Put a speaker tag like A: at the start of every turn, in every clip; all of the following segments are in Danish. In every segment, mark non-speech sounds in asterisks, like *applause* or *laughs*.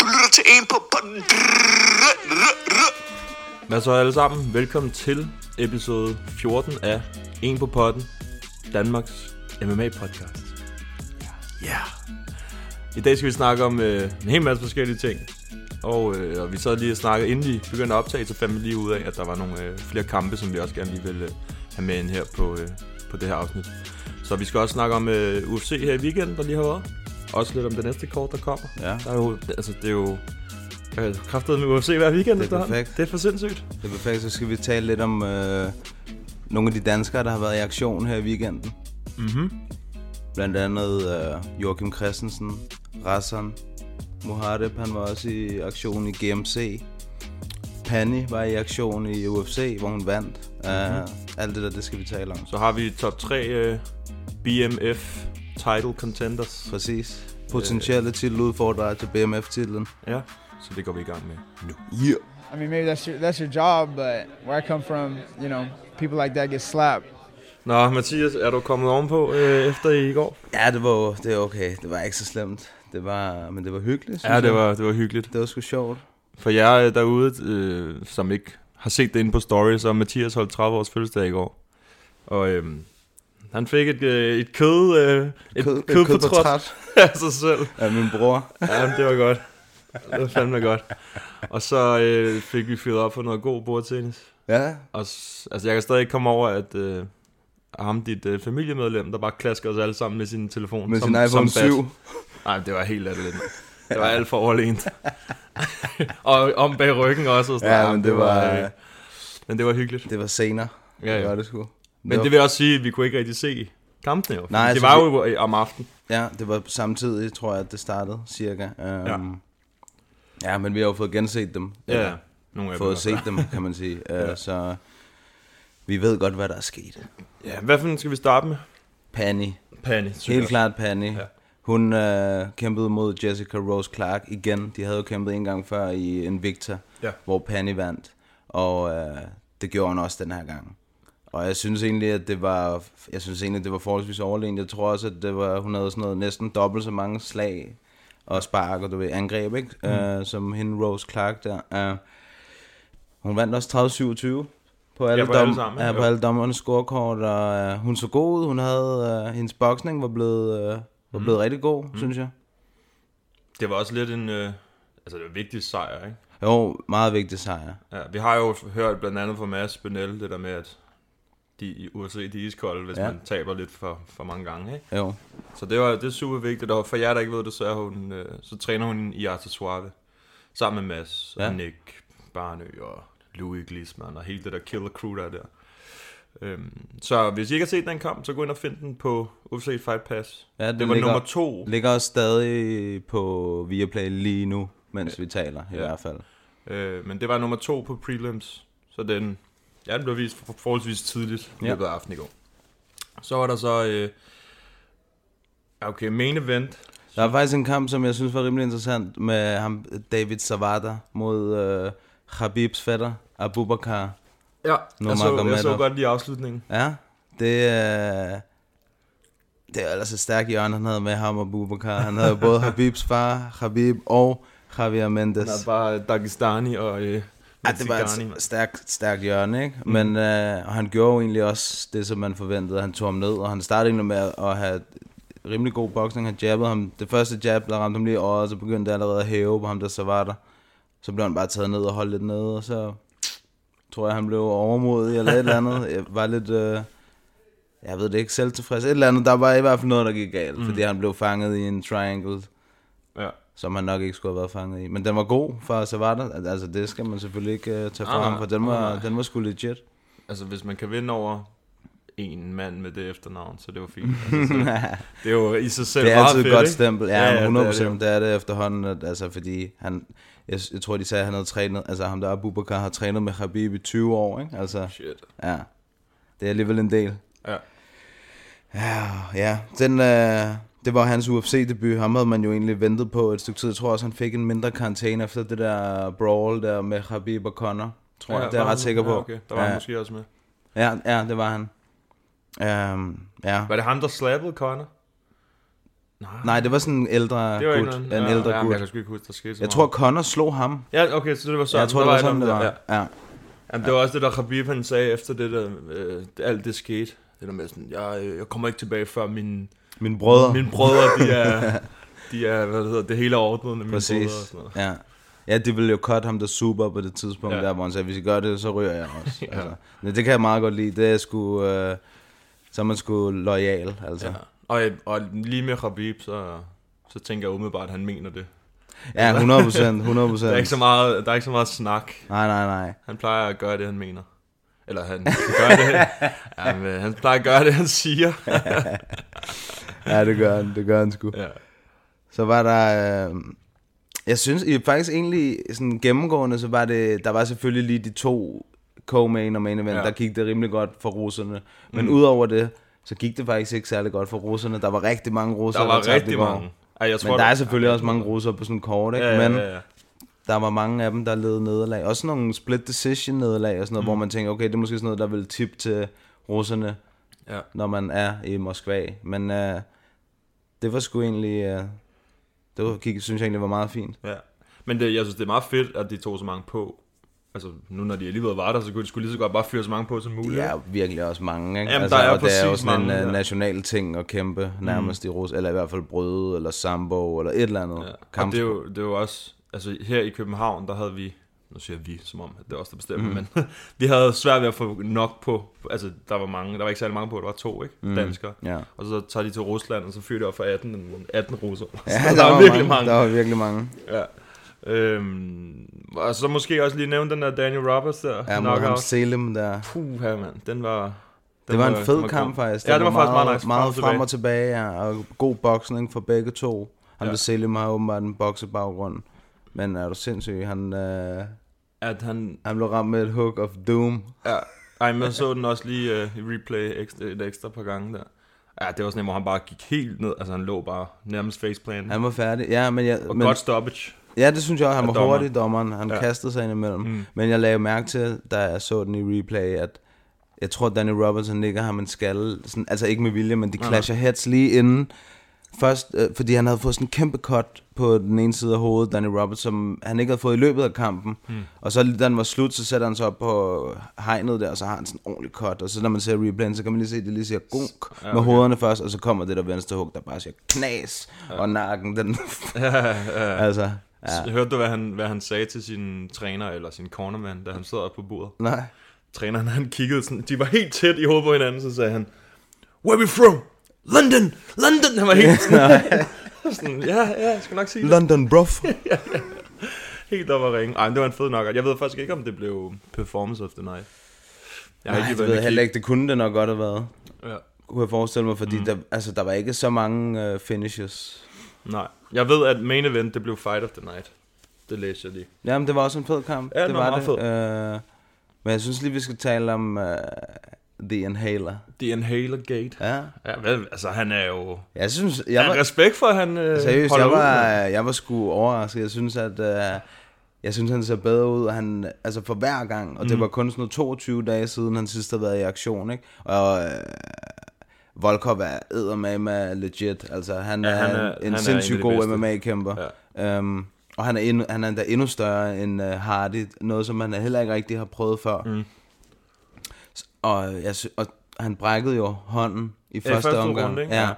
A: Du lytter til en på potten.
B: Hvad så alle sammen? Velkommen til episode 14 af En på potten, Danmarks MMA-podcast. Ja. Yeah. I dag skal vi snakke om øh, en hel masse forskellige ting. Og, øh, og vi sad lige og snakkede, inden vi begyndte at optage, så fandt vi lige ud af, at der var nogle øh, flere kampe, som vi også gerne lige ville øh, have med ind her på, øh, på det her afsnit. Så vi skal også snakke om øh, UFC her i weekenden, der lige har været. Også lidt om det næste kort, der kommer.
C: Ja.
B: Der er jo, altså, det er jo øh, kræftet med UFC hver weekend.
C: Det er
B: efterhånden.
C: perfekt.
B: Det er for sindssygt.
C: Det er perfekt, så skal vi tale lidt om øh, nogle af de danskere, der har været i aktion her i weekenden.
B: Mhm.
C: Blandt andet øh, Joachim Christensen, Rassan, Muhareb, han var også i aktion i GMC. Pani var i aktion i UFC, hvor hun vandt. Mm-hmm. Uh, alt det der, det skal vi tale om.
B: Mhm. Så har vi top 3 øh, BMF title contenders.
C: Præcis. Potentielle titeludfordrere til BMF-titlen.
B: Ja, så det går vi i gang med nu.
C: Yeah.
D: I mean, maybe that's your, that's your job, but where I come from, you know, people like that get slapped.
B: Nå, Mathias, er du kommet ovenpå øh, efter i går?
C: Ja, det var jo- det er okay. Det var ikke så slemt. Det var, men det var hyggeligt. synes
B: Ja, det
C: jeg.
B: var, det var hyggeligt.
C: Det var sgu sjovt.
B: For jer øh, derude, øh, som ikke har set det inde på story, så har Mathias holdt 30 års fødselsdag i går. Og øh, han fik et, øh, et kød, øh, et kød, kødportræt *laughs* af sig selv.
C: af min bror.
B: Ja, det var godt. Det var fandme godt. Og så øh, fik vi fyret op for noget god bordtennis.
C: Ja,
B: Og, s- altså, jeg kan stadig ikke komme over, at øh, ham, dit øh, familiemedlem, der bare klasker os alle sammen med sin telefon.
C: med sin iPhone
B: bat.
C: 7.
B: Nej, det var helt latterligt. mand. Det var alt for overlænt. og om bag ryggen også. Og sådan,
C: *laughs* Ja,
B: noget.
C: men det var,
B: øh, men det var hyggeligt.
C: det var senere.
B: Ja,
C: Det
B: ja.
C: var det sgu.
B: Men det vil jeg også sige, at vi kunne ikke rigtig se kampene. Jo.
C: Nej,
B: Nej, det
C: altså,
B: var jo i- om aftenen.
C: Ja, det var samtidig, tror jeg, at det startede, cirka. Um, ja. ja, men vi har jo fået genset dem.
B: Ja, nogle af dem.
C: Fået
B: altså.
C: set dem, kan man
B: *laughs*
C: sige. Uh, ja. Så vi ved godt, hvad der er sket.
B: Ja, hvad for en skal vi starte med?
C: Panny.
B: Pani.
C: Helt klart Panny. Ja. Hun øh, kæmpede mod Jessica Rose Clark igen. De havde jo kæmpet en gang før i Invicta,
B: Ja.
C: hvor Panny vandt. Og øh, det gjorde hun også den her gang. Og jeg synes egentlig, at det var, jeg synes egentlig, at det var forholdsvis overlegent. Jeg tror også, at det var, hun havde sådan noget næsten dobbelt så mange slag og spark og du ved, angreb, ikke? Mm. Øh, som hende Rose Clark der. Øh, hun vandt også 30-27 på alle,
B: på
C: dom,
B: alle sammen,
C: ja,
B: ja.
C: på alle dommernes scorekort, og øh, hun så god ud. Hun havde, øh, hendes boksning var blevet, øh, var blevet rigtig god, mm. synes jeg.
B: Det var også lidt en... Øh, altså, det var en vigtig sejr, ikke?
C: Jo, meget vigtig sejr.
B: Ja, vi har jo hørt blandt andet fra Mads Benel, det der med, at de i USA de er iskolde, hvis ja.
C: Ja.
B: man taber lidt for, for mange gange, ikke?
C: Jo,
B: Så det, var, det er super vigtigt, og for jer, der ikke ved det, så, er hun, øh, så træner hun i Arte Suave, sammen med Mads, ja.
C: Ja.
B: og Nick Barnø og Louis Glisman og hele det der killer crew, der er der. Øhm, så hvis I ikke har set den kamp, så gå ind og find den på UFC Fight Pass.
C: Ja, den
B: det var
C: ligger-
B: nummer to.
C: ligger også stadig på Viaplay lige nu, mens vi taler i
B: Ja.
C: hvert fald.
B: Øh, men det var nummer to på prelims, så den, ja, den blev vist for, forholdsvis tidligt i
C: Ja.
B: løbet af aftenen i går. Så var der så, øh, ja, okay, main event,
C: Der var faktisk en kamp, som jeg synes var rimelig interessant, med ham, David Savada mod øh, Khabibs fætter, Abubakar.
B: ja, jeg så, jeg så
C: Nurmagomedov.
B: godt lige afslutningen.
C: Ja, det er... Det er ellers et stærkt hjørne, han havde med ham og Bubakar. Han havde både Habibs far, Habib og Javier Mendes.
B: Der er bare Dagestani og øh,
C: Ja, det var
B: Mexicani.
C: et stærkt, stærkt hjørne, ikke? Mm. Men øh, og han gjorde jo egentlig også det, som man forventede. Han tog ham ned, og han startede egentlig med at have rimelig god boksning. Han jabbede ham. Det første jab, der ramte ham lige i øjet, så begyndte det allerede at hæve på ham, der så var der. Så blev han bare taget ned og holdt lidt nede, og så tror jeg, han blev overmodig eller et eller *laughs* andet. Jeg var lidt, øh, jeg ved det ikke, selvtilfreds. Et eller andet, der var i hvert fald noget, der gik galt, mm. fordi han blev fanget i en triangle
B: Ja.
C: som han nok ikke skulle have været fanget i. Men den var god for Savata. Altså, det skal man selvfølgelig ikke uh, tage fra
B: Nej,
C: ham, for den
B: nej,
C: var,
B: nej.
C: den var sgu legit.
B: Altså, hvis man kan vinde over en mand med det efternavn, så det var
C: *laughs*
B: fint. Altså, så, det er jo i sig selv
C: Det er
B: meget
C: altid
B: fedt,
C: et godt
B: ikke?
C: stempel. Ja, ja, 100% det
B: det
C: er
B: jo.
C: det. det er det efterhånden, at, altså, fordi han, jeg, jeg tror, de sagde, at han havde trænet, altså ham der Abubakar har trænet med Habib i 20 år, ikke? Altså,
B: Shit.
C: ja, det er alligevel en del.
B: Ja.
C: Ja, den, øh, det var hans UFC-debut. Ham havde man jo egentlig ventet på et stykke tid. Jeg tror også, han fik en mindre karantæne efter det der brawl der med Habib og Connor. Tror ja, jeg, det er
B: var
C: jeg
B: han-
C: ret sikker på.
B: Ja, okay. Der var ja.
C: ja,
B: han måske også med.
C: ja, ja, det var han. Øhm, ja.
B: Var det ham, der slappede Connor?
C: Nej, det var sådan en ældre
B: Det var
C: gut.
B: en,
C: En
B: ja,
C: ældre
B: ja, men Jeg kan
C: gut.
B: sgu ikke huske, der skete så
C: Jeg
B: meget.
C: tror, Connor slog ham.
B: Ja, okay, så det var sådan.
C: Jeg tror, det var
B: et
C: sådan,
B: eller
C: det
B: andet
C: var.
B: der. Ja.
C: Ja.
B: Jamen, det var også det, der Khabib han sagde efter det der, øh, alt det skete. Det der med sådan, jeg, øh, jeg kommer ikke tilbage før min,
C: Mine brødre.
B: mine brødre, de
C: *laughs*
B: er, de er, hvad det hedder, det hele er ordnet med mine brødre og
C: Præcis.
B: sådan noget.
C: Ja. Ja, det ville jo cut ham der super på det tidspunkt
B: Ja.
C: ja. der, hvor han sagde, hvis I gør det, så ryger jeg
B: *laughs*
C: også. ja. altså, men det kan jeg meget godt lide. Det er sgu, øh, så er man sgu lojal, altså.
B: Ja. Og, og lige med Khabib, så, så tænker jeg umiddelbart, at han mener det.
C: Ja,
B: *laughs*
C: 100 procent, 100
B: Der
C: procent.
B: er ikke så meget, der er ikke så meget snak.
C: Nej, nej, nej.
B: Han plejer at gøre det, han mener. Eller han gør
C: *laughs*
B: det. Jamen, øh, han plejer at gøre det, han siger.
C: Ja, det gør han, det gør han sgu. Ja.
B: Ja.
C: Så var der, øh, jeg synes i- faktisk egentlig sådan gennemgående, så var det, der var selvfølgelig lige de to co-main og main event,
B: Ja.
C: ja. der gik det rimelig godt for russerne. Men mm. udover det, så gik det faktisk ikke særlig godt for russerne. Der var rigtig mange russere,
B: Der var
C: tabte i
B: rigtig
C: går.
B: mange. Ej, jeg
C: Men der er selvfølgelig også mange russere på sådan en kort, ikke?
B: Ja, ja,
C: Men
B: ja, ja.
C: der var mange af dem, der led nederlag. Også nogle split decision nederlag og sådan noget, mm. hvor man tænker, okay, det er måske sådan noget, der vil tip til russerne,
B: Ja.
C: når man er i Moskva. Men øh, det var sgu egentlig... Øh, det var, gik- synes jeg egentlig var meget fint.
B: Ja. Men det, jeg synes, det er meget fedt, at de tog så mange på. Altså, nu når de alligevel var der, så kunne de skulle lige så godt bare fyre så mange på som muligt.
C: Der
B: ikke?
C: er virkelig også mange, ikke? Altså,
B: Jamen, der er
C: og det er jo
B: præcis
C: sådan
B: mange,
C: en
B: ja.
C: øh, national ting at kæmpe nærmest i Rusland, eller i hvert fald brøde, eller sambo, eller et eller andet. Ja.
B: Ja. Og det er, jo, det er jo også, altså her i København, der havde vi, nu siger jeg vi, som om at det er os, der bestemmer, mm. men *laughs* vi havde svært ved at få nok på, altså der var mange, der var ikke særlig mange på, der var to, ikke? Mm. Danskere.
C: Ja.
B: Og så tager de til Rusland, og så fyrer de op for 18, 18 russere.
C: Ja,
B: *laughs* så der, der var, virkelig mange.
C: Der var virkelig mange.
B: Ja. Øhm, og så måske også lige nævne den der Daniel Roberts der.
C: Ja,
B: knockout.
C: Mohamed Selim der.
B: Puh, her, mand. Den var... Den
C: Det var
B: den
C: en fed
B: god.
C: kamp faktisk.
B: Ja, det var, faktisk
C: meget,
B: meget nice.
C: Meget frem og tilbage, ja. Og god boksning for begge to. Han
B: Ja.
C: ja. Selim har åbenbart en boksebaggrund. Men er du sindssyg? Han, øh,
B: At han...
C: han blev ramt med et hook of doom.
B: Ja. Ej, men jeg så den også lige øh, i replay ekstra, et ekstra par gange der. Ja, det var sådan en, hvor han bare gik helt ned. Altså, han lå bare nærmest faceplant.
C: Han var færdig. Ja, men jeg,
B: og
C: men,
B: godt stoppage.
C: ja det synes jeg også. Han
B: af
C: var
B: dommeren.
C: hurtig, dommeren. Han
B: Ja.
C: ja. kastede sig ind imellem. Mm. Men jeg lagde mærke til, da jeg så den i replay, at jeg tror, Danny Robertson nikker ham en skalle. Sådan, altså ikke med vilje, men de clasher heads lige inden. Først, øh, fordi han havde fået sådan en kæmpe cut på den ene side af hovedet, Danny Roberts, som han ikke havde fået i løbet af kampen. Mm. Og så lige da den var slut, så sætter han sig op på hegnet der, og så har han sådan en ordentlig cut. Og så når man ser replayen, så kan man lige se, at det lige siger gunk ja, okay. med hovederne først, og så kommer det der venstre hug, der bare siger knas, ja. og nakken, *laughs* den... altså, ja.
B: Ja. Hørte du, hvad han, hvad han sagde til sin træner, eller sin cornerman, da han sad oppe på bordet?
C: Nej.
B: Træneren, han kiggede sådan... De var helt tæt i hovedet på hinanden, så sagde han... Where we from? London! London! Han var
C: *laughs*
B: helt sådan... *laughs* sådan ja, ja, jeg skal nok sige det. *laughs*
C: London, bruv.
B: Helt op at ringe. Ej, men det var en fed nok. Jeg ved faktisk ikke, om det blev performance of the night. Jeg har
C: Nej, det
B: været
C: ved
B: inde
C: jeg heller
B: og
C: ikke. Det kunne det nok godt have været,
B: kigge. Ja.
C: kunne jeg forestille mig, fordi mm. der, altså, der var ikke så mange uh, finishes.
B: Nej. Jeg ved, at main event, det blev fight of the night. Det læste jeg lige.
C: Jamen, det var også en fed kamp.
B: Ja, den
C: det
B: var
C: var
B: meget
C: det. Uh, men jeg synes lige, vi skal tale om uh, The Inhaler.
B: The Inhaler Gate. Ja,
C: Ja.
B: ja hvad, altså han er jo...
C: Jeg synes,
B: Jeg
C: jeg
B: var...
C: var, Altså,
B: respekt for, at han øh,
C: seriøst,
B: holder
C: jeg var,
B: ud.
C: jeg var sgu overrasket. Jeg synes, at... Uh, jeg synes, han ser bedre ud, og han, altså for hver gang, og det
B: Mm.
C: var kun sådan noget 22 dage siden, han sidst har været i aktion, ikke? Og øh, Volkov er eddermame er legit, altså han,
B: Ja,
C: er,
B: han
C: han
B: er-
C: er en
B: han er en af
C: sindssygt
B: de
C: god
B: bedste.
C: MMA-kæmper. Ja. Um, og han er, endnu, han er endda endnu større end uh, Hardy, noget som han heller ikke rigtig har prøvet før. Mm. Og, jeg, sy- og han brækkede jo hånden i første,
B: første
C: omgang.
B: runde, ikke?
C: Ja.
B: Ja.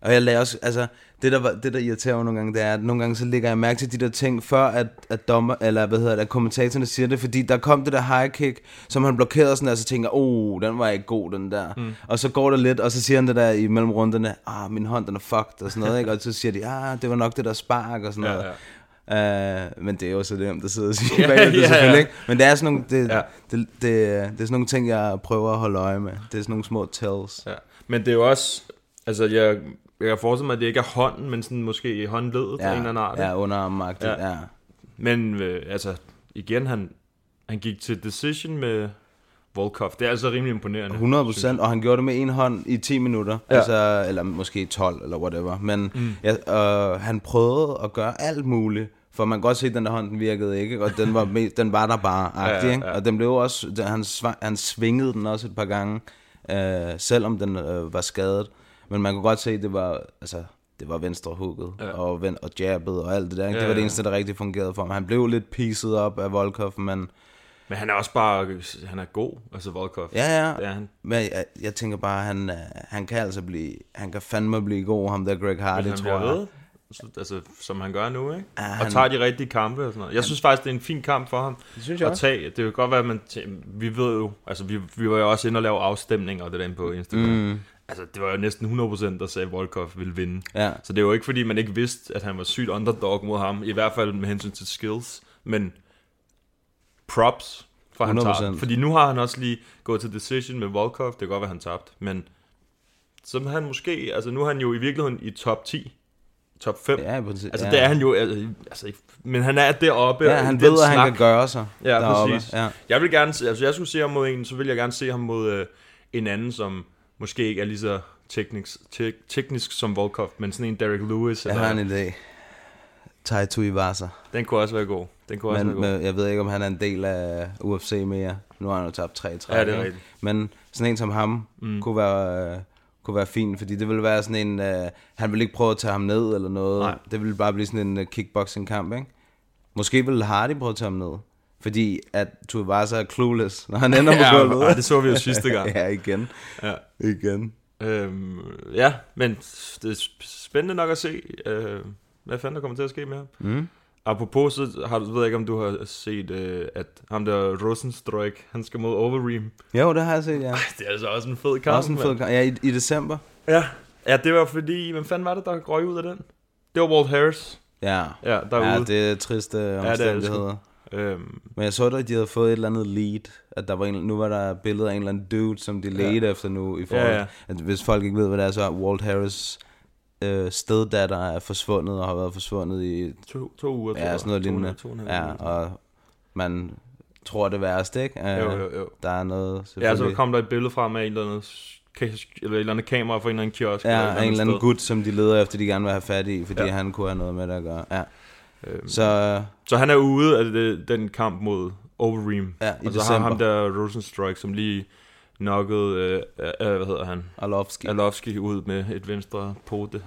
C: Og jeg lagde også, altså, det der, var, det der irriterer mig nogle gange, det er, at nogle gange så lægger jeg mærke til de der ting, før at, at dommer, eller hvad hedder det, at kommentatorerne siger det, fordi der kom det der high kick, som han blokerede sådan der, og så tænker, oh, den var ikke god, den der. Mm. Og så går det lidt, og så siger han det der i
B: *laughs*
C: mellem runderne, ah, min hånd, den er fucked, og sådan noget, ikke? Og så siger de, ah, det var nok det der spark, og sådan
B: Ja,
C: noget.
B: ja.
C: Uh, men det er jo så nemt at sidde og sige
B: Ja,
C: yeah, bagved, det
B: ja,
C: yeah, selvfølgelig
B: ja.
C: ikke. Men det er, sådan nogle, det,
B: Ja.
C: ja. det, det, det, er sådan nogle ting, jeg prøver at holde øje med. Det er sådan nogle små tells.
B: Ja. Men det er jo også, altså jeg, jeg kan forestille mig, at det ikke er hånden, men sådan måske håndledet ja. af en eller anden art.
C: ja
B: Ja.
C: underarmmagtigt.
B: Ja.
C: Ja. ja.
B: Men øh, altså, igen, han, han gik til decision med Volkov. Det er altså rimelig imponerende.
C: 100 procent, og han gjorde det med en hånd i 10 minutter,
B: Ja.
C: ja. altså, eller måske 12, eller whatever. Men mm. ja, øh, han prøvede at gøre alt muligt, for man kan godt se, at den der hånd den virkede ikke, og den var, me- den var der bare, agtig,
B: Ja, ja,
C: ja, ja,
B: ja.
C: Og den blev også, den, han, sva- han svingede den også et par gange, øh, selvom den øh, var skadet. Men man kunne godt se, at det var, altså, det var venstre hooket, ja. og, ven- og jabbet og alt det der.
B: Ja,
C: Ikke? det var
B: ja.
C: det eneste, der rigtig fungerede for ham. Han blev lidt pieset op af Volkov, men
B: Men han er også bare, han er god, altså Volkov.
C: Ja, ja.
B: Det er han.
C: Men jeg, jeg tænker bare, han, øh, han kan altså blive, han kan fandme blive god, ham der Greg Hardy,
B: Hvis han
C: tror
B: bliver
C: jeg.
B: ved, så- altså, som han gør nu, ikke? Ja, han,
C: han-
B: og tager de rigtige kampe og sådan noget. Jeg synes faktisk, det er en fin kamp for ham
D: synes jeg
B: at
D: også.
B: tage. Det kan godt være, at man tæ- vi ved jo, altså vi, vi var jo også inde og lave afstemninger og det der inde på Instagram. Mm. Altså, det var jo næsten 100% der sagde, at Volkov ville vinde.
C: Ja.
B: Så det er jo ikke, fordi man ikke vidste, at han var sygt underdog mod ham, i hvert fald med hensyn til skills, men props for, at han tager. den.
C: 100%.
B: Fordi nu har han også lige gået til decision med Volkov, det kan godt være, han tabte, men som han måske, altså nu er han jo i virkeligheden i top 10, top 5.
C: Ja, i princippet,
B: altså
C: ja.
B: det er han jo, altså, altså, ikke- men han er deroppe.
C: Ja,
B: og i
C: han
B: den
C: ved, at
B: snak.
C: han kan gøre sig
B: Ja,
C: deroppe.
B: præcis.
C: Ja.
B: Jeg vil gerne, se- altså jeg skulle se ham mod en, så vil jeg gerne se ham mod øh, en anden, som måske ikke er lige så teknisk, te- teknisk som Volkov, men sådan en Derek Lewis.
C: Jeg har en idé. Taito Iwasa.
B: Den kunne også være god. Den kunne også
C: Men,
B: være god.
C: men jeg ved ikke, om han er en del af UFC mere. Nu har han jo tabt 3 3
B: Ja, det er rigtigt.
C: Men sådan en som ham mm. kunne være... Øh, kunne være fint, fordi det ville være sådan en... Øh, han ville ikke prøve at tage ham ned eller noget.
B: Nej.
C: Det ville bare blive sådan en øh, kickboxing-kamp, ikke? Måske ville Hardy prøve at tage ham ned. Fordi at Tuivasa er clueless, når han ender på
B: *laughs* Ja,
C: gulvet.
B: ej, det så vi jo sidste gang.
C: *laughs* ja, igen.
B: Ja.
C: Igen.
B: Øhm, ja, men det er spændende nok at se, øh, hvad fanden der kommer til at ske med ham. Mm. Apropos, så har, du- ved jeg ikke, om du har set, øh, at ham der Rosenstrøk, han skal mod Overeem.
C: Jo, det har jeg set, ja.
B: Altså, Det er altså også en fed kamp,
C: Også en fed
B: mand.
C: kamp. Ja, i, i december.
B: Ja. ja, det var fordi, hvem fanden var det, der røg ud af den? Det var Walt Harris.
C: Ja.
B: Ja, derude.
C: ja det er triste
B: det sgu.
C: omstændigheder. Ja,
B: Øhm,
C: Men jeg så da, at de havde fået et eller andet lead, at der var en, nu var der billeder af en eller anden dude, som de ledte efter nu, i forhold
B: Ja, ja.
C: ja, ja. At, hvis folk ikke ved, hvad det er, så er Walt Harris øh, steddatter er forsvundet, og har været forsvundet i
B: to, to uger, tror
C: ja,
B: jeg.
C: sådan noget
B: To-
C: lignende.
B: to og en halv
C: Ja,
B: uge.
C: og man tror det værste, ikke? Øh,
B: Jo, jo, jo.
C: Der er noget
B: Ja, så
C: selvfølgelig-
B: kom der et billede frem af en eller anden, ka- eller et eller andet kamera fra en eller anden kiosk. et
C: Ja, en eller anden
B: sted.
C: gut, som de leder efter, de gerne vil have fat i, fordi
B: Ja. Øhm.
C: ja. han kunne have noget med det at gøre. Ja. Så øh,
B: Så han er ude af det, den kamp mod Overeem.
C: Ja, i
B: og så har
C: december.
B: ham der Rosenstrike, som lige knockede, øh, øh, hvad hedder han?
C: Arlovski.
B: Alofsky ud med et venstre pote.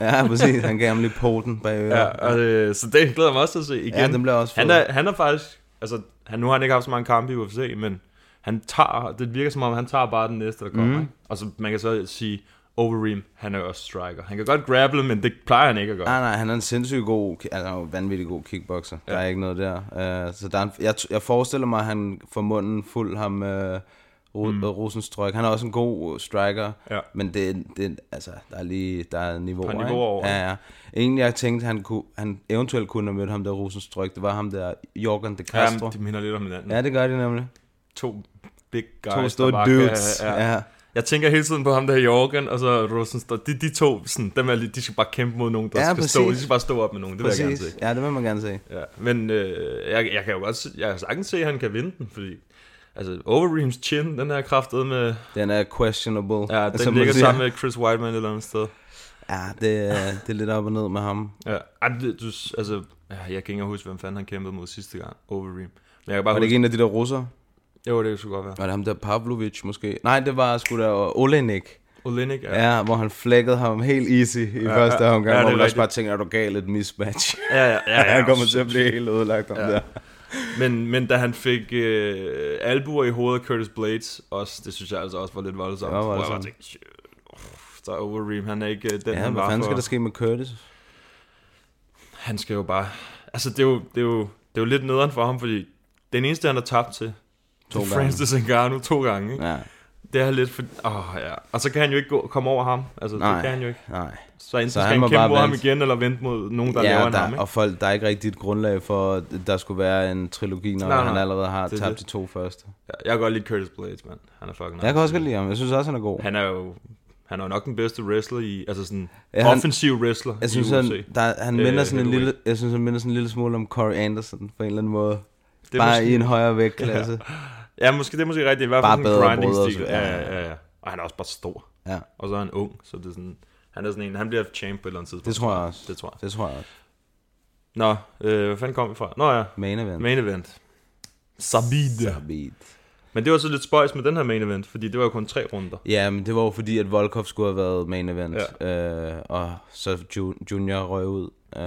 C: Ja, præcis. Han gav ham lige poten bag øret.
B: Ja, og, øh, så det glæder jeg mig også til at se igen.
C: Ja, den bliver også fed.
B: han er, han er faktisk, altså han, nu har han ikke haft så mange kampe i UFC, men han tager, det virker som om, han tager bare den næste, der kommer. Mm. Ikke? Og så man kan så sige, Overeem, han er også striker. Han kan godt grapple, men det plejer han ikke at gøre.
C: Nej, nej, han er en sindssygt god, ki- altså han er jo vanvittig god kickboxer. Ja. Der er ikke noget der. Uh, så der er en, jeg, t- jeg forestiller mig, at han får munden fuld ham uh, Ro- mm. Rosenstrøk. Han er også en god øh, striker,
B: Ja.
C: men det, det, altså, der er lige der er niveauer.
B: Par
C: ikke?
B: niveauer over,
C: Ja, ja. En, jeg tænkte, han, kunne, han eventuelt kunne have mødt ham der Rosenstrøk, det var ham der Jorgen de
B: Ja,
C: Castro.
B: de minder lidt om hinanden.
C: Ja, det gør de nemlig.
B: to big guys.
C: To
B: der
C: store
B: bare
C: dudes.
B: Kan, ja.
C: Ja.
B: Jeg tænker hele tiden på ham der Jorgen, og så Rosenstad. De, de to, sådan, dem er, lige- de skal bare kæmpe mod nogen, der
C: Ja,
B: skal stå.
C: præcis.
B: De skal bare stå op med nogen, det vil jeg
C: Præcis.
B: gerne se.
C: Ja, det vil man gerne se.
B: Ja. Men øh, jeg, jeg, kan jo godt, se- jeg kan sagtens se, at han kan vinde den, fordi altså, Overeems chin, den er kraftet med,
C: Den er questionable.
B: ja, den
C: som man
B: ligger
C: siger.
B: sammen med Chris Whiteman et eller andet sted.
C: Ja, det, er- det er lidt op og ned med ham.
B: Ja. Ej, det- du, altså, ja, jeg kan ikke engang huske, hvem fanden han kæmpede mod sidste gang, Overeem. Men jeg kan bare
C: Var det
B: huske,
C: ikke en af de der russer?
B: jo, det skulle godt være.
C: Var det ham der Pavlovic måske? Nej, det var sgu da Olenik.
B: Olenik, ja.
C: Ja, hvor han flækkede ham helt easy i ja, første omgang,
B: ja, det er
C: ja, hvor man
B: rigtigt.
C: også bare tænker, er du gal et mismatch?
B: Ja, ja, ja, ja.
C: *laughs* han kommer til at blive helt ødelagt om ja. der.
B: Men, men da han fik øh, albuer i hovedet af Curtis Blades, også, det synes jeg altså også var lidt voldsomt.
C: Ja,
B: Hvor jeg
C: voldsomt.
B: bare tænkte, shit, uff, så er Overeem, han er ikke øh, den,
C: Ja,
B: han
C: hvad
B: var
C: fanden
B: for.
C: skal der ske med Curtis?
B: Han skal jo bare... Altså, det er jo, det er jo, det er jo lidt nederen for ham, fordi den eneste, han har tabt til, to
C: To
B: Francis Ngannou to gange. Ikke?
C: Ja.
B: Det er lidt for... Åh, oh, ja. Og så kan han jo ikke gå, komme over ham. Altså,
C: Nej.
B: det kan han jo ikke.
C: Nej.
B: Så enten
C: Så
B: så skal
C: han
B: han,
C: må
B: kæmpe
C: bare
B: mod ham
C: vente.
B: igen, eller vente mod nogen, der laver
C: ja,
B: en
C: der,
B: ham, ikke?
C: og folk, der er ikke rigtig et grundlag for, at der skulle være en trilogi, når
B: Nej,
C: han
B: nej.
C: allerede har
B: Det er
C: tabt
B: det.
C: de to første.
B: Ja, Jeg kan godt lide Curtis Blades, mand. Han er fucking
C: Jeg kan
B: nice.
C: også godt lide ham. Jeg synes også, han er god.
B: Han er jo... Han er jo nok den bedste wrestler i... Altså sådan...
C: Ja,
B: Ja,
C: han-
B: han, offensiv wrestler
C: Jeg synes,
B: i UFC.
C: han, der, han
B: Øh,
C: minder sådan en lille,
B: heavyweight.
C: jeg synes, han minder sådan en lille smule om Corey Anderson på en eller anden måde.
B: Det er
C: Bare
B: måske-
C: i en højere vægtklasse.
B: Ja, måske, det er måske rigtigt. I hvert fald sådan
C: Bare bedre
B: grinding
C: brødre,
B: stil.
C: så-
B: Ja, ja, ja, ja. Og han er også bare stor.
C: Ja. ja.
B: Og så er han ung, så det er sådan... Han er sådan en, han bliver champ på et eller andet tidspunkt.
C: Det tror jeg også.
B: Det tror jeg.
C: Det tror jeg også.
B: Nå, øh, hvor fanden kom vi fra? Nå ja,
C: Main event.
B: main event. Sabid.
C: Beat.
B: Men det var så lidt spøjs med den her main event, fordi det var jo kun tre runder.
C: Ja, men det var jo fordi, at Volkov skulle have været main event, ja. øh, og så ju- Junior røg ud. Øh,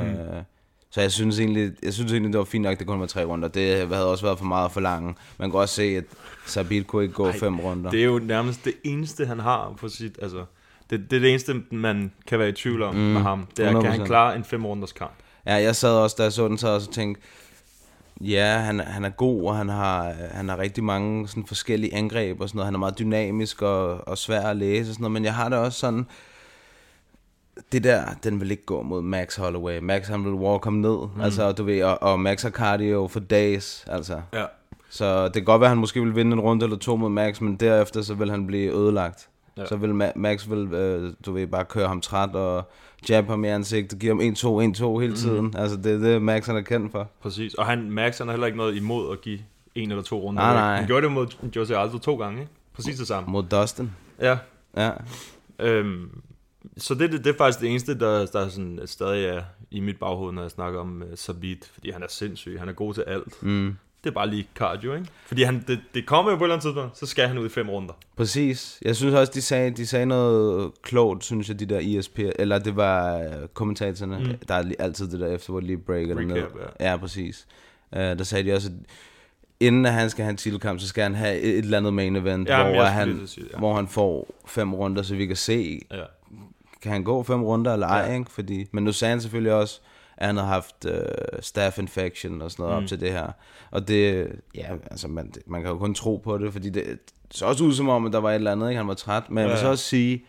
C: Så jeg synes, egentlig, jeg synes egentlig, det var fint nok, at det kun var tre runder. Det havde også været for meget for lange. Man kan også se, at Sabit kunne ikke gå Ej, fem runder.
B: Det er jo nærmest det eneste, han har på sit... Altså, det, det er det eneste, man kan være i tvivl om mm, med ham. Det er, kan han
C: 100%.
B: klare en fem runders kamp?
C: Ja, jeg sad også, da jeg så den, så også og tænkte, ja, han, han er god, og han har, han har rigtig mange sådan, forskellige angreb og sådan noget. Han er meget dynamisk og, og svær at læse og sådan noget, men jeg har det også sådan, det der, den vil ikke gå mod Max Holloway. Max, han vil walk ham ned, mm. altså, du ved, og, og Max har cardio for days, altså.
B: Ja.
C: Så det kan godt være, at han måske vil vinde en runde eller to mod Max, men derefter så vil han blive ødelagt. Ja.
B: Ja.
C: Så vil Ma- Max vil, øh, du ved, bare køre ham træt og jabbe ham i ansigtet, give ham 1-2, 1-2 hele tiden. Mm. Altså det er det, Max han er kendt for.
B: Præcis. Og han, Max han har heller ikke noget imod at give en eller to runder.
C: Nej,
B: væk.
C: nej.
B: Han gjorde det mod Jose Aldo to gange. Ikke? Præcis det samme.
C: Mod Dustin.
B: Ja.
C: Ja,
B: Øhm, så det, det, det er faktisk det eneste, der, der er sådan, øh, stadig er i mit baghoved, når jeg snakker om uh, Sabit. Fordi han er sindssyg. Han er god til alt. Mm. Det er bare lige cardio, ikke? Fordi han, det, det kommer jo på et eller andet tidspunkt, så skal han ud i fem runder.
C: præcis. Jeg synes også, de sagde, de sagde noget klogt, synes jeg, de der ISP, eller det var øh, kommentatorerne. Mm. Der er lige- altid det der efter, hvor de lige breaker det ned.
B: Recap,
C: Ja, præcis. Uh, der sagde de også, at inden at han skal have en titelkamp, så skal han have et et eller andet main event,
B: Ja, men jeg
C: hvor,
B: skulle lige til
C: han,
B: at sige det, ja.
C: hvor han får fem runder, så vi kan se,
B: Ja.
C: kan han gå fem runder eller ej, ja.
B: Ja.
C: ikke? Fordi, men nu sagde han selvfølgelig også, at han havde haft øh, staff infection og sådan noget mm. op til det her. Og det, ja, altså man, det- man kan jo kun tro på det, fordi det så også ud som om, at der var et eller andet, ikke? Han var træt. Men ja. jeg vil
B: Ja.
C: så også sige,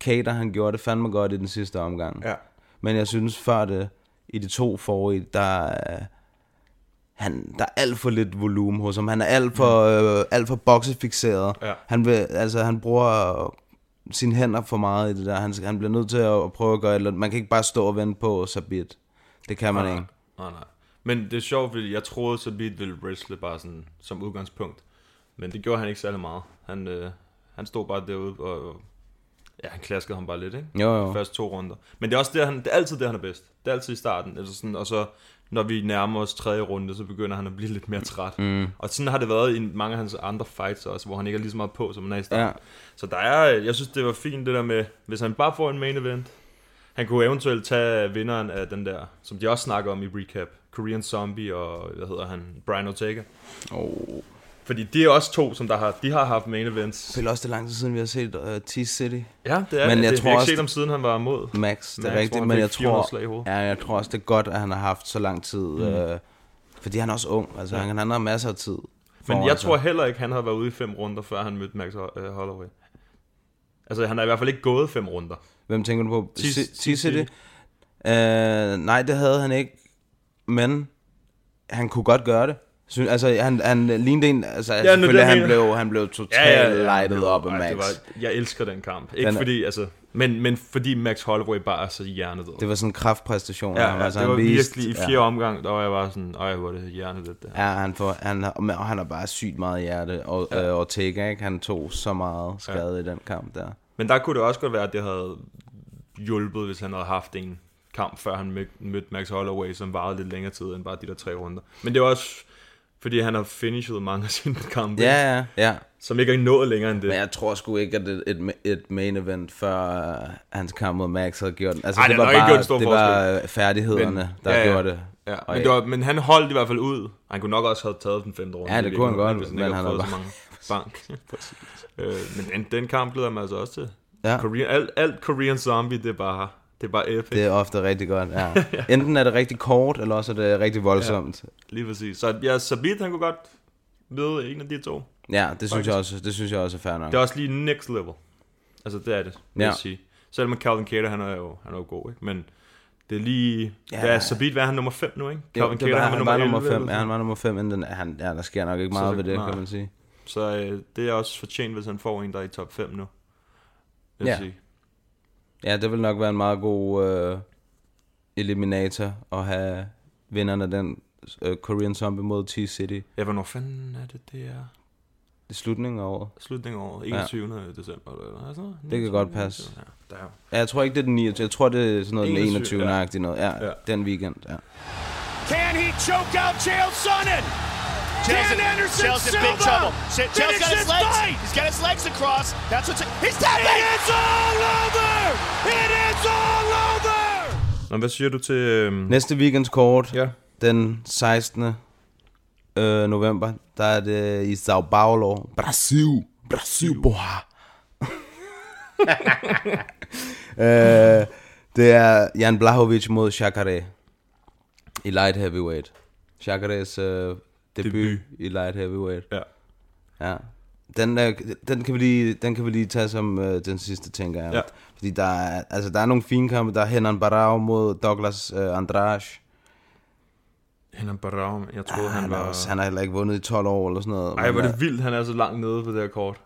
C: Kater, han gjorde det fandme godt i den sidste omgang.
B: Ja.
C: Men jeg synes før det, i de to forrige, der, øh, han, der er alt for lidt volumen hos ham. Han er alt for, øh, alt for boksefixeret.
B: Ja.
C: Han, vil, altså, han bruger sine hænder for meget i det der. Han, skal- han bliver nødt til at, at prøve at gøre et eller andet. Man kan ikke bare stå og vente på Sabit. Det kan man
B: Nej,
C: ikke.
B: nej, nej. Men det er sjovt, fordi jeg troede, Sabit ville wrestle bare sådan som udgangspunkt. Men det gjorde han ikke særlig meget. Han, øh, han stod bare derude og... Ja, han klaskede ham bare lidt, ikke?
C: Jo, jo.
B: De første to runder. Men det er også der, han, det er altid det, han er bedst. Det er altid i starten. Altså sådan, og så når vi nærmer os tredje runde, så begynder han at blive lidt mere træt. Mm. Og sådan har det været i mange af hans andre fights også, hvor han ikke er lige så meget på, som han er i starten.
C: Ja.
B: Så der er, jeg synes, det var fint det der med, hvis han bare får en main event, han kunne eventuelt tage vinderen af den der, som de også snakker om i recap, Korean Zombie og, hvad hedder han, Brian Ortega.
C: Oh.
B: Fordi det er også to, som der har, de har haft main events.
C: Det er også det lang tid siden, vi har set uh, T City.
B: Ja, det er
C: Men
B: det.
C: jeg
B: det.
C: tror
B: vi har ikke
C: også-
B: set ham siden, han var mod.
C: Max, det er
B: Max, hvor
C: rigtigt,
B: han
C: men
B: fik
C: jeg
B: 400
C: tror,
B: slag i hovedet.
C: ja, jeg tror også, det er godt, at han har haft så lang tid. Mm. Øh, fordi han er også ung, altså ja. han, han har masser af tid.
B: Men
C: foran
B: jeg
C: sig.
B: tror heller ikke, han har været ude i fem runder, før han mødte Max Ho- øh, Holloway. Altså, han har i hvert fald ikke gået fem runder.
C: Hvem tænker du på?
B: Tis-
C: Ti-
B: Tis-
C: Tissi det? Øh, nej, det havde han ikke. Men han kunne godt gøre det. Synes, altså, han, han lignede en... Altså, ja,
B: det,
C: selvfølgelig,
B: jeg
C: han
B: mener.
C: blev, han blev totalt ja, ja, ja, lightet op af
B: Ej,
C: Max.
B: det var, jeg elsker den kamp. Ikke
C: Den er-
B: fordi, altså, men, men fordi Max Holloway bare er så hjernedød.
C: Det var sådan en kraftpræstation.
B: Ja,
C: af ham.
B: ja
C: altså,
B: det var
C: han viste-
B: virkelig i fjerde
C: ja.
B: omgang, der var jeg bare sådan, øj, hvor er det hjernedødt det her.
C: Ja, han, får, han, har- men- og han har bare sygt meget hjerte. Og ja. øh, Ortega, ikke? han tog så meget skade ja. i den kamp der.
B: Men der kunne det også godt være, at det havde hjulpet, hvis han havde haft en kamp, før han mød- mødte Max Holloway, som varede lidt længere tid end bare de der tre runder. Men det er også, fordi han har finished mange af sine kampe,
C: Ja, ja, ja.
B: som ikke er nået længere end det.
C: Men jeg tror sgu ikke, at et, et, et main event før øh, hans kamp mod Max havde gjort Altså,
B: Ej,
C: det,
B: det har
C: var
B: nok ikke
C: bare,
B: gjort en stor
C: det var øh, færdighederne,
B: Men-
C: der
B: ja, ja.
C: gjorde det.
B: Ja,
C: Og
B: men, det var, men han holdt i hvert fald ud. Han kunne nok også have taget den femte runde.
C: Ja, det
B: i
C: kunne
B: virkeligheden,
C: han godt,
B: hvis
C: men
B: ikke
C: han
B: havde fået
C: har
B: så mange bank. *laughs*
C: *laughs*
B: øh, men den, den kamp glæder jeg mig altså også til.
C: Ja.
B: Korean, alt, alt Korean Zombie, det er bare, det er bare epic.
C: Det er ofte rigtig godt,
B: *laughs*
C: ja. Enten er det rigtig kort, eller også er det rigtig voldsomt.
B: Lige præcis. Så ja, Sabit, han kunne godt ved en af de to.
C: Ja, det synes,
B: Faktisk.
C: jeg også, det synes jeg også er fair nok.
B: Det er også lige next level. Altså, det er det, vil
C: Ja.
B: ja. jeg sige. Selvom Calvin Cater, han er jo, han er jo god, ikke? Men det er lige...
C: Ja.
B: Ja. Hvad er Sabit? Hvad er han nummer 5 nu, ikke?
C: Jo,
B: Calvin
C: det
B: Cater,
C: var,
B: han var
C: han var nummer
B: 11 eller
C: 5. Ja,
B: sådan
C: han var nummer 5, inden den, han, ja, der sker nok ikke
B: Så
C: meget
B: det-
C: ved det,
B: nej.
C: kan man sige.
B: Så øh, det er også fortjent, hvis han får en, der er i top 5 nu. Vil
C: Ja.
B: ja. sige.
C: Ja, det vil nok være en meget god øh, eliminator at have vinderne af den øh, Korean Zombie mod T-City
B: Ja, hvornår fanden er det, det er?
C: i slutningen af året.
B: Slutningen af året,
C: Ja.
B: 21. Ja. december eller noget sådan noget.
C: Det kan godt passe.
B: Ja, der er jo.
C: Ja, jeg tror ikke, det er den 29. Jeg tror, det er sådan noget
B: 21,
C: den 21.
B: ja.
C: agtige noget. Ja, ja,
B: Ja.
C: den weekend. Ja.
E: Can he choke out Chael Sonnen? Dan Anderson
F: Chael's in
E: Silva
F: big trouble. Ch- Chael's got
E: finishes
F: his legs.
E: fight.
F: He's got his legs across. That's what's. He's
E: It
F: tapping.
E: is all over! It is all over!
B: Nå, hvad siger du til... Øhm,
C: Næste weekends kort,
B: ja.
C: den 16. Øh, november, der er det i São Paulo, Brasil. Brasil, boha. *laughs* øh, det er Jan Blahovic mod Chakare i light heavyweight. Chakares øh, debut, debut
B: Debut.
C: i light heavyweight.
B: Ja.
C: Ja. Den, er, den, kan vi lige, den kan vi lige tage som øh, den sidste, tænker jeg.
B: Ja.
C: Fordi der er, altså, der er nogle fine kampe. Der er Henan Barao mod Douglas øh, Andrade.
B: Han er Barao, jeg troede, han,
C: Han,
B: var...
C: er også, han har heller ikke vundet i 12 år eller sådan noget.
B: Ej,
C: men,
B: hvor er
C: øh,
B: det vildt, han er så langt nede på det her kort.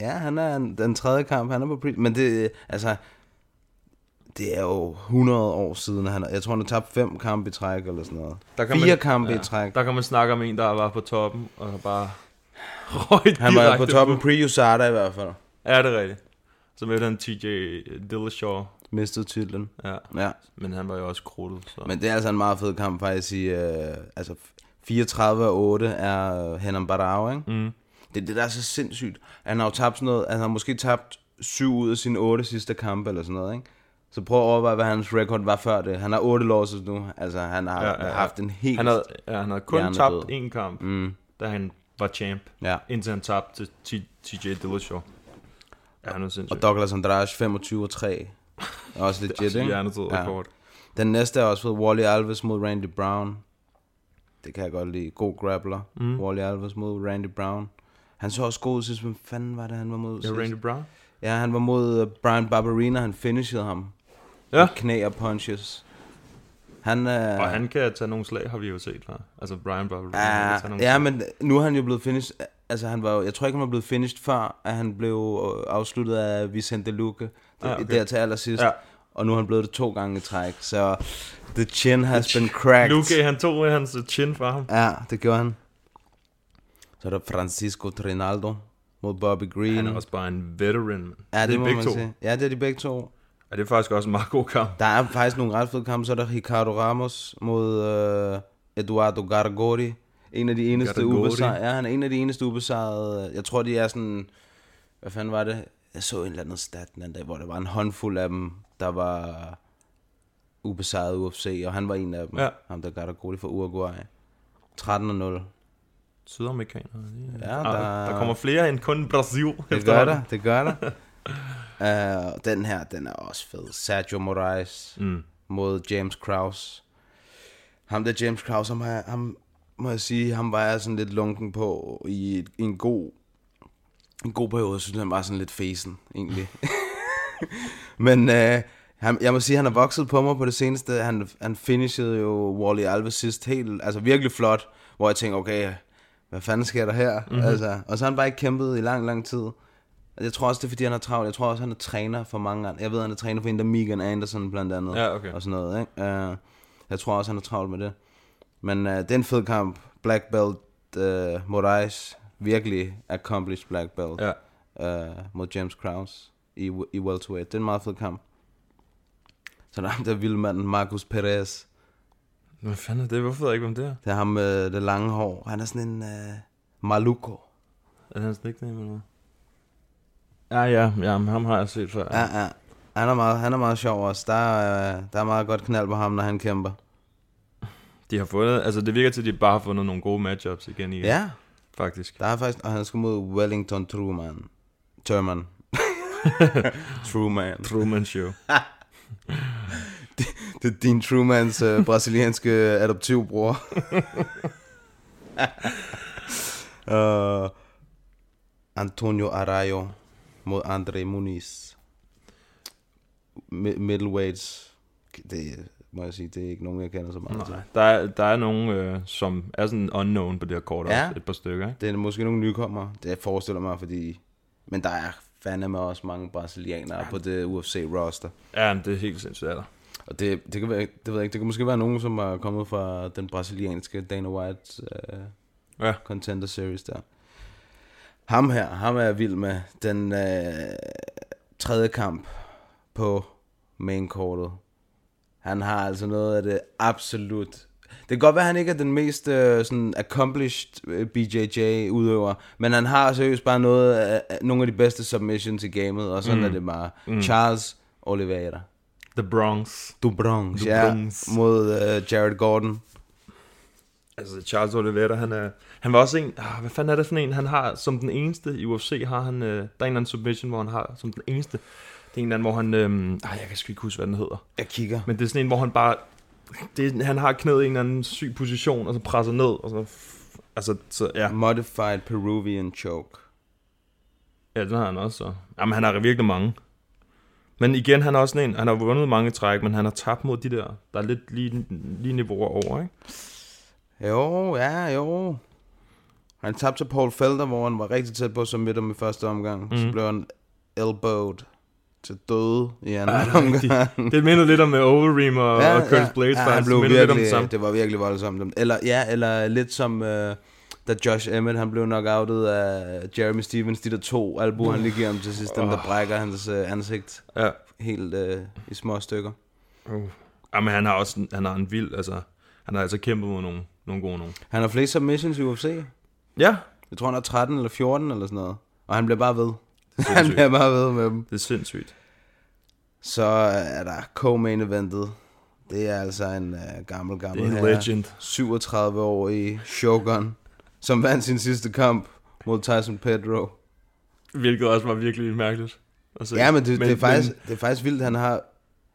C: Ja, han er en, den tredje kamp, han er på pre Men det, øh, altså, det er jo 100 år siden, han er, jeg tror, han har tabt fem kampe i træk eller sådan noget.
B: Der kan
C: Fire
B: man-
C: kampe i træk.
B: Der kan man snakke om en, der var på toppen, og bare *laughs* røg
C: Han var på
B: direkte
C: toppen pre-USADA i hvert fald.
B: Ja, det er rigtigt. Så mødte han TJ Dillashaw,
C: Mistede titlen.
B: ja.
C: Ja.
B: men han var jo også krudtet. Så.
C: Men det er altså en meget fed kamp faktisk i, øh, altså 34 og 8 er Henan Barao, ikke? Mm. Det er det, der er så sindssygt. Han har jo tabt sådan noget, han har måske tabt 7 ud af sine 8 sidste kampe eller sådan noget, ikke? Så prøv at overveje, hvad hans record var før det. Han har 8 losses nu. Altså, han har ja, ja, ja. haft en helt...
B: han havde, ja, han havde kun
C: hjernedød.
B: tabt én kamp, mm. da han var champ,
C: Ja.
B: indtil han tabte til T- TJ Dillashaw. Ja, han er sindssygt.
C: Og Douglas Andrade 25 og 3. Er også legit,
B: også
C: ikke?
B: Altså, hjernedød rekord.
C: Den næste er også ved Wally Alves mod Randy Brown. Det kan jeg godt lide. God grappler. Mm. Wally Alves mod Randy Brown. Han så også god ud sidst. Hvem fanden var det, han var mod
B: Ja,
C: sidst?
B: Randy Brown.
C: Ja, han var mod øh, Brian Barberina. Han finishede ham.
B: Ja.
C: Med Knæ og punches. Han, øh,
B: Og han kan tage nogle slag, har vi jo set, hva'? Altså Brian Barber. han kan tage
C: Ja,
B: nogle
C: ja,
B: slag.
C: men nu Ah, er han jo blevet finished. Altså, han var jo, jeg tror ikke, han var blevet finished før, at han blev øh, afsluttet af Vicente Luque. Det,
B: Ah,
C: ah,
B: okay.
C: okay. Der til allersidst. Ja.
B: Ja.
C: Og nu er han blevet det to gange i træk. Så the chin has been cracked.
B: Luke, han tog hans chin fra ham.
C: Ja, det gjorde han. Så er der Francisco Trinaldo mod Bobby Green.
B: Han er også bare en veteran. mand.
C: Mm. ja, det,
B: er
C: må
B: begge
C: man
B: to.
C: sige. Ja, det er de begge to.
B: Og det er faktisk også en meget god kamp.
C: Der er faktisk nogle ret fede kampe. Så er der Ricardo Ramos mod øh, Eduardo Garagori. En af de eneste
B: Garagori.
C: ubesejrede. Ja, han er en af de eneste ubesejrede. Jeg tror, de er sådan... Hvad fanden var det? Jeg så en eller anden stat den anden dag, hvor der var en håndfuld af dem, der var ubesejret UFC, og han var en af dem.
B: Ja.
C: Ham, der Garagori fra Uruguay. 13 og 0.
B: Sydamerikanere. de-
C: Ja,
B: Ah,
C: der-
B: der kommer flere end kun Brasil. *laughs*
C: Det gør der, det gør der. uh, den her, den er også fed. Sergio Moraes mm. mod James Kraus. Ham der James Kraus, ham, har jeg- ham må jeg sige, ham var jeg sådan lidt lunken på i, et- i en god en god periode. Jeg synes, han var sådan lidt fesen, egentlig. *laughs* Men øh, han, jeg må sige, han har vokset på mig på det seneste. Han, han finishede jo Wally Alves sidst helt, altså virkelig flot, hvor jeg tænkte, okay, hvad fanden sker der her?
B: Mhm.
C: Mm-hmm. Altså, og så har han bare ikke kæmpet i lang, lang tid. Og Jeg tror også, det er fordi, han er travlt. Jeg tror også, han er træner for mange andre. Jeg ved, han er træner for en, der er Megan Anderson blandt andet.
B: Ja, okay.
C: Og sådan noget, ikke? Uh, jeg tror også, han er travlt med det. Men uh, det er en fed kamp. Black Belt uh, Moraes. Virkelig accomplished Black Belt
B: Ja.
C: øh, mod James Kraus i, i welterweight. Det er en meget fed kamp. Så der er ham der vilde manden, Marcus Perez.
B: Hvad fanden er det? Hvorfor ved jeg ikke, hvem det er?
C: Det er ham med det lange hår. Han er sådan en øh, maluko.
B: Er det hans nickname eller hvad? Ja, ja, ja, men ham har jeg set før.
C: Ja, ja. Han er meget, han er meget sjov også. Der er, øh, der er meget godt knald på ham, når han kæmper.
B: De har fundet, altså det virker til, at de bare har fundet nogle gode matchups igen i,
C: Ja, ja
B: faktisk.
C: der er faktisk... Og han skal mod Wellington Truman. Truman. *laughs* Truman.
B: Truman Show.
C: Det er din Trumans øh, brasilianske adoptivbror. Uh, Antonio Arayo mod Andre Muniz. Mi- middleweights. Det må jeg sige, det er ikke nogen, jeg kender så meget
B: *laughs*
C: til.
B: Nej, der er, der er nogen, øh, som er sådan unknown på det her kort ja.
C: Ja.
B: også, et par stykker. Ikke?
C: Det er måske nogle nykommere, det forestiller mig, fordi... Men der er fandeme også mange brasilianere på det UFC-roster.
B: Ja, men det er helt sindssygt, er der.
C: Og det, det, kan være, det ved jeg ikke, det kan måske være nogen, som er kommet fra den brasilianske Dana White øh,
B: ja.
C: Contender Series der. Ham her, ham er jeg vild med. Den øh, tredje kamp på mainkortet. Han har altså noget af det absolut... Det kan godt være, at han ikke er den mest øh, sådan accomplished øh, BJJ-udøver, men han har seriøst bare noget af, af- nogle af de bedste submissions i gamet, og sådan
B: Mm.
C: mm. er det bare.
B: Mm.
C: Mm. Charles Oliveira.
B: The Bronx.
C: Du Bronx,
B: Du
C: ja,
B: Bronx.
C: mod øh, Jared Gordon.
B: Altså, Charles Oliveira, han er... Han var også en... Ah, hvad fanden er det for en? Han har som den eneste i UFC, har han... Øh, der er en eller anden submission, hvor han har som den eneste... Det er en eller anden, hvor han... Øh, ah, jeg kan sgu ikke huske, hvad den hedder.
C: Jeg kigger.
B: Men det er sådan en, hvor han bare... Det, er- han har knæet i en eller anden syg position, og så presser ned, og så... f- Altså, så, ja.
C: Modified Peruvian Choke.
B: Ja, den har han også, så. Jamen, han har virkelig mange. Men igen, han er også sådan en... Han har vundet mange træk, men han har tabt mod de der... Der er lidt lige, lige niveauer over, ikke?
C: Jo, ja, jo. Han tabte til Paul Felder, hvor han var rigtig tæt på som midt om i første omgang. Mm. Så
B: Mhm.
C: blev han elbowed til døde i anden
B: Ja, det er
C: *laughs* omgang.
B: rigtigt. Det mindede lidt om øh, Overeem og, ja, og Curtis ja, Blades, ja,
C: han
B: faktisk.
C: blev
B: mindede lidt om det
C: virkelig,
B: samme.
C: det, var virkelig voldsomt. Eller, ja, eller lidt som, øh, da Josh Emmett, han blev knockoutet af Jeremy Stevens, de der to albuer, han lige giver ham til sidst, den der brækker hans øh, ansigt
B: Ja.
C: helt øh, i små stykker.
B: Uh. Jamen, han har også en- han har en vild, altså... Han har altså kæmpet mod nogle, nogle gode nogen.
C: Han har flest submissions i UFC.
B: Ja.
C: Jeg tror, han er 13 eller 14 eller sådan noget. Og han bliver bare ved.
B: sindssygt.
C: *laughs* Han bliver bare ved med dem.
B: Det er sindssygt.
C: Så er der co-main eventet. Det er altså en uh, gammel, gammel
B: Det er en
C: herre.
B: legend.
C: 37 år i Shogun, som vandt sin sidste kamp mod Tyson Pedro.
B: Hvilket også var virkelig mærkeligt. Altså,
C: ja, men, det, men, det, er faktisk, men det er faktisk vildt, han har...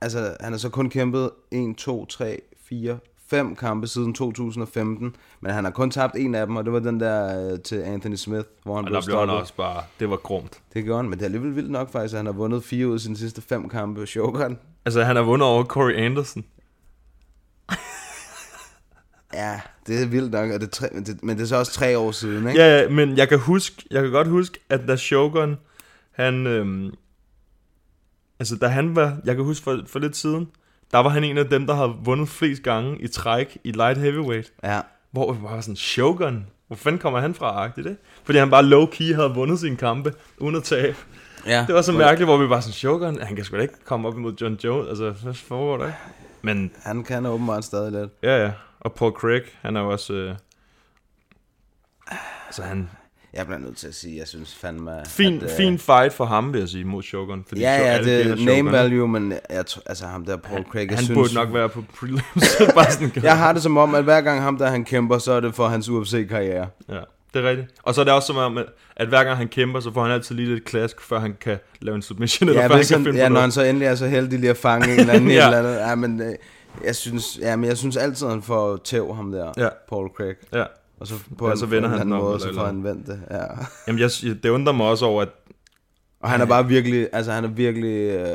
C: Altså, han har så kun kæmpet 1, 2, 3, 4, 5 kampe siden 2015, men han har kun tabt en af dem, og det var den der øh, til Anthony Smith, hvor han
B: Og
C: blev
B: der blev han
C: stoppet.
B: også bare... Det var grumt.
C: Det gjorde han, men det er alligevel vildt nok faktisk, at han har vundet fire ud af sine sidste fem kampe. Shogun.
B: Altså, han har vundet over Corey Anderson.
C: Ja, det er vildt nok, og det er tre, men, det, men det er så også tre år siden, ikke?
B: Ja, ja, men jeg kan huske, jeg kan godt huske, at da Shogun, han, øhm, altså da han var, jeg kan huske for, for lidt siden, der var han en af dem, der har vundet flest gange i træk i light heavyweight.
C: Ja.
B: Hvor jeg var sådan, Shogun, hvor fanden kommer han fra, agtigt det? Fordi han bare low-key havde vundet sine kampe, uden at tabe.
C: Ja.
B: Det var så mærkeligt, hvor vi var sådan, Shogun, han kan sgu da ikke komme op imod John Jones, altså hvad foregår der ikke? Men
C: Han kan åbenbart stadig lidt.
B: ja, ja, og Paul Craig, han er jo også, øh, altså han,
C: Jeg bliver nødt til at sige, jeg synes fandme...
B: Fin,
C: at, øh,
B: fin fight for ham, vil jeg sige, mod Shogun. Fordi
C: Ja, ja,
B: alle
C: det
B: kender
C: er
B: Shogun.
C: name value, men jeg, tror- altså ham der Paul Craig, jeg
B: Han
C: synes...
B: burde nok være på prelims. bare
C: *laughs*
B: sådan,
C: Jeg har det som om, at hver gang ham der han kæmper, så er det for hans UFC-karriere.
B: Ja, det er rigtigt. Og så er det også som om, at- at hver gang han kæmper, så får han altid lige lidt klask, før han kan lave en submission, eller
C: Ja,
B: før han
C: hvis
B: kan
C: han,
B: finde
C: ja,
B: på
C: når
B: noget.
C: han så endelig er så heldig lige at fange
B: *laughs*
C: en eller anden,
B: Ja.
C: ja. eller andet. Ja, men, øh, jeg synes, ja, men jeg synes altid, han får tæv ham der,
B: Ja.
C: Paul Craig.
B: Ja.
C: Og så på
B: Ja,
C: en,
B: så vender
C: en
B: han den
C: anden
B: om,
C: måde,
B: eller
C: så
B: et
C: får
B: eller
C: han vendt det. Ja.
B: Jamen, jeg, det undrer mig også over, at
C: Og han er bare virkelig, altså han er virkelig, øh,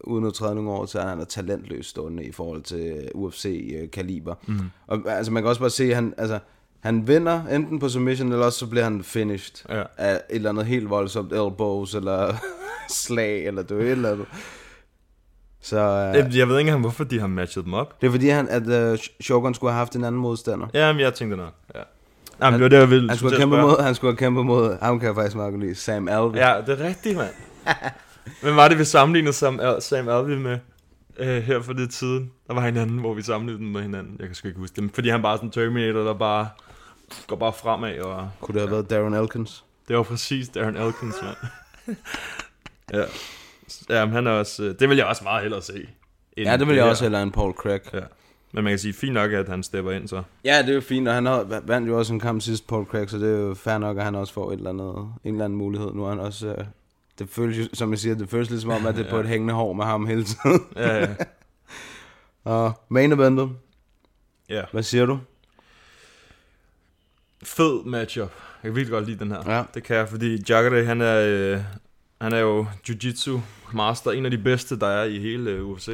C: uden at træde nogle år til, at han er talentløs stående i forhold til øh, UFC-kaliber.
B: Mhm.
C: Og altså man kan også bare se, at han, altså, han vinder enten på submission, eller også så bliver han finished
B: Ja.
C: af et eller andet helt voldsomt elbows, eller *laughs* slag, eller du ved, et eller andet. Så
B: jeg,
C: øh,
B: jeg ved ikke engang, hvorfor de har matchet dem op.
C: det er fordi, han, at øh, Shogun skulle have haft en anden modstander.
B: Jamen, jeg tænkte nok. Ja. Jamen, det var det, jeg ville
C: Han skulle,
B: til
C: have
B: at
C: kæmpet
B: spørge.
C: mod, han skulle have kæmpet mod, ham kan jeg faktisk meget godt lide, Sam Alvey.
B: Ja, det er rigtigt, mand. Men var det, vi sammenlignede Sam, Al- Sam Alvey med øh, her for lidt siden? Der var en anden, hvor vi sammenlignede den med hinanden. Jeg kan sgu ikke huske det, men fordi han bare er sådan en Terminator, der bare går bare fremad. Og...
C: Kunne det have været Darren Elkins?
B: Det var præcis Darren Elkins,
C: *laughs*
B: mand. ja. ja, men han er også... øh, Det vil jeg også meget hellere se. end
C: Ja, det vil jeg
B: her.
C: også hellere en Paul Craig.
B: Ja. Men man kan sige, fint nok, at han stepper ind, så.
C: Ja, det er jo fint, og han har, vandt jo også en kamp sidst, Paul Craig, så det er jo fair nok, at han også får et eller andet, en eller anden mulighed. Nu er han også, øh, det føles, jo- som jeg siger, det føles lidt som om, at det er på et hængende hår med ham hele tiden.
B: Ja,
C: *laughs*
B: ja.
C: og main eventet,
B: ja.
C: hvad siger du?
B: Fed matchup. Jeg kan virkelig godt lide den her. Ja. Det kan jeg, fordi Jagere, han er, øh, han er jo jiu-jitsu master, en af de bedste, der er i hele øh, UFC.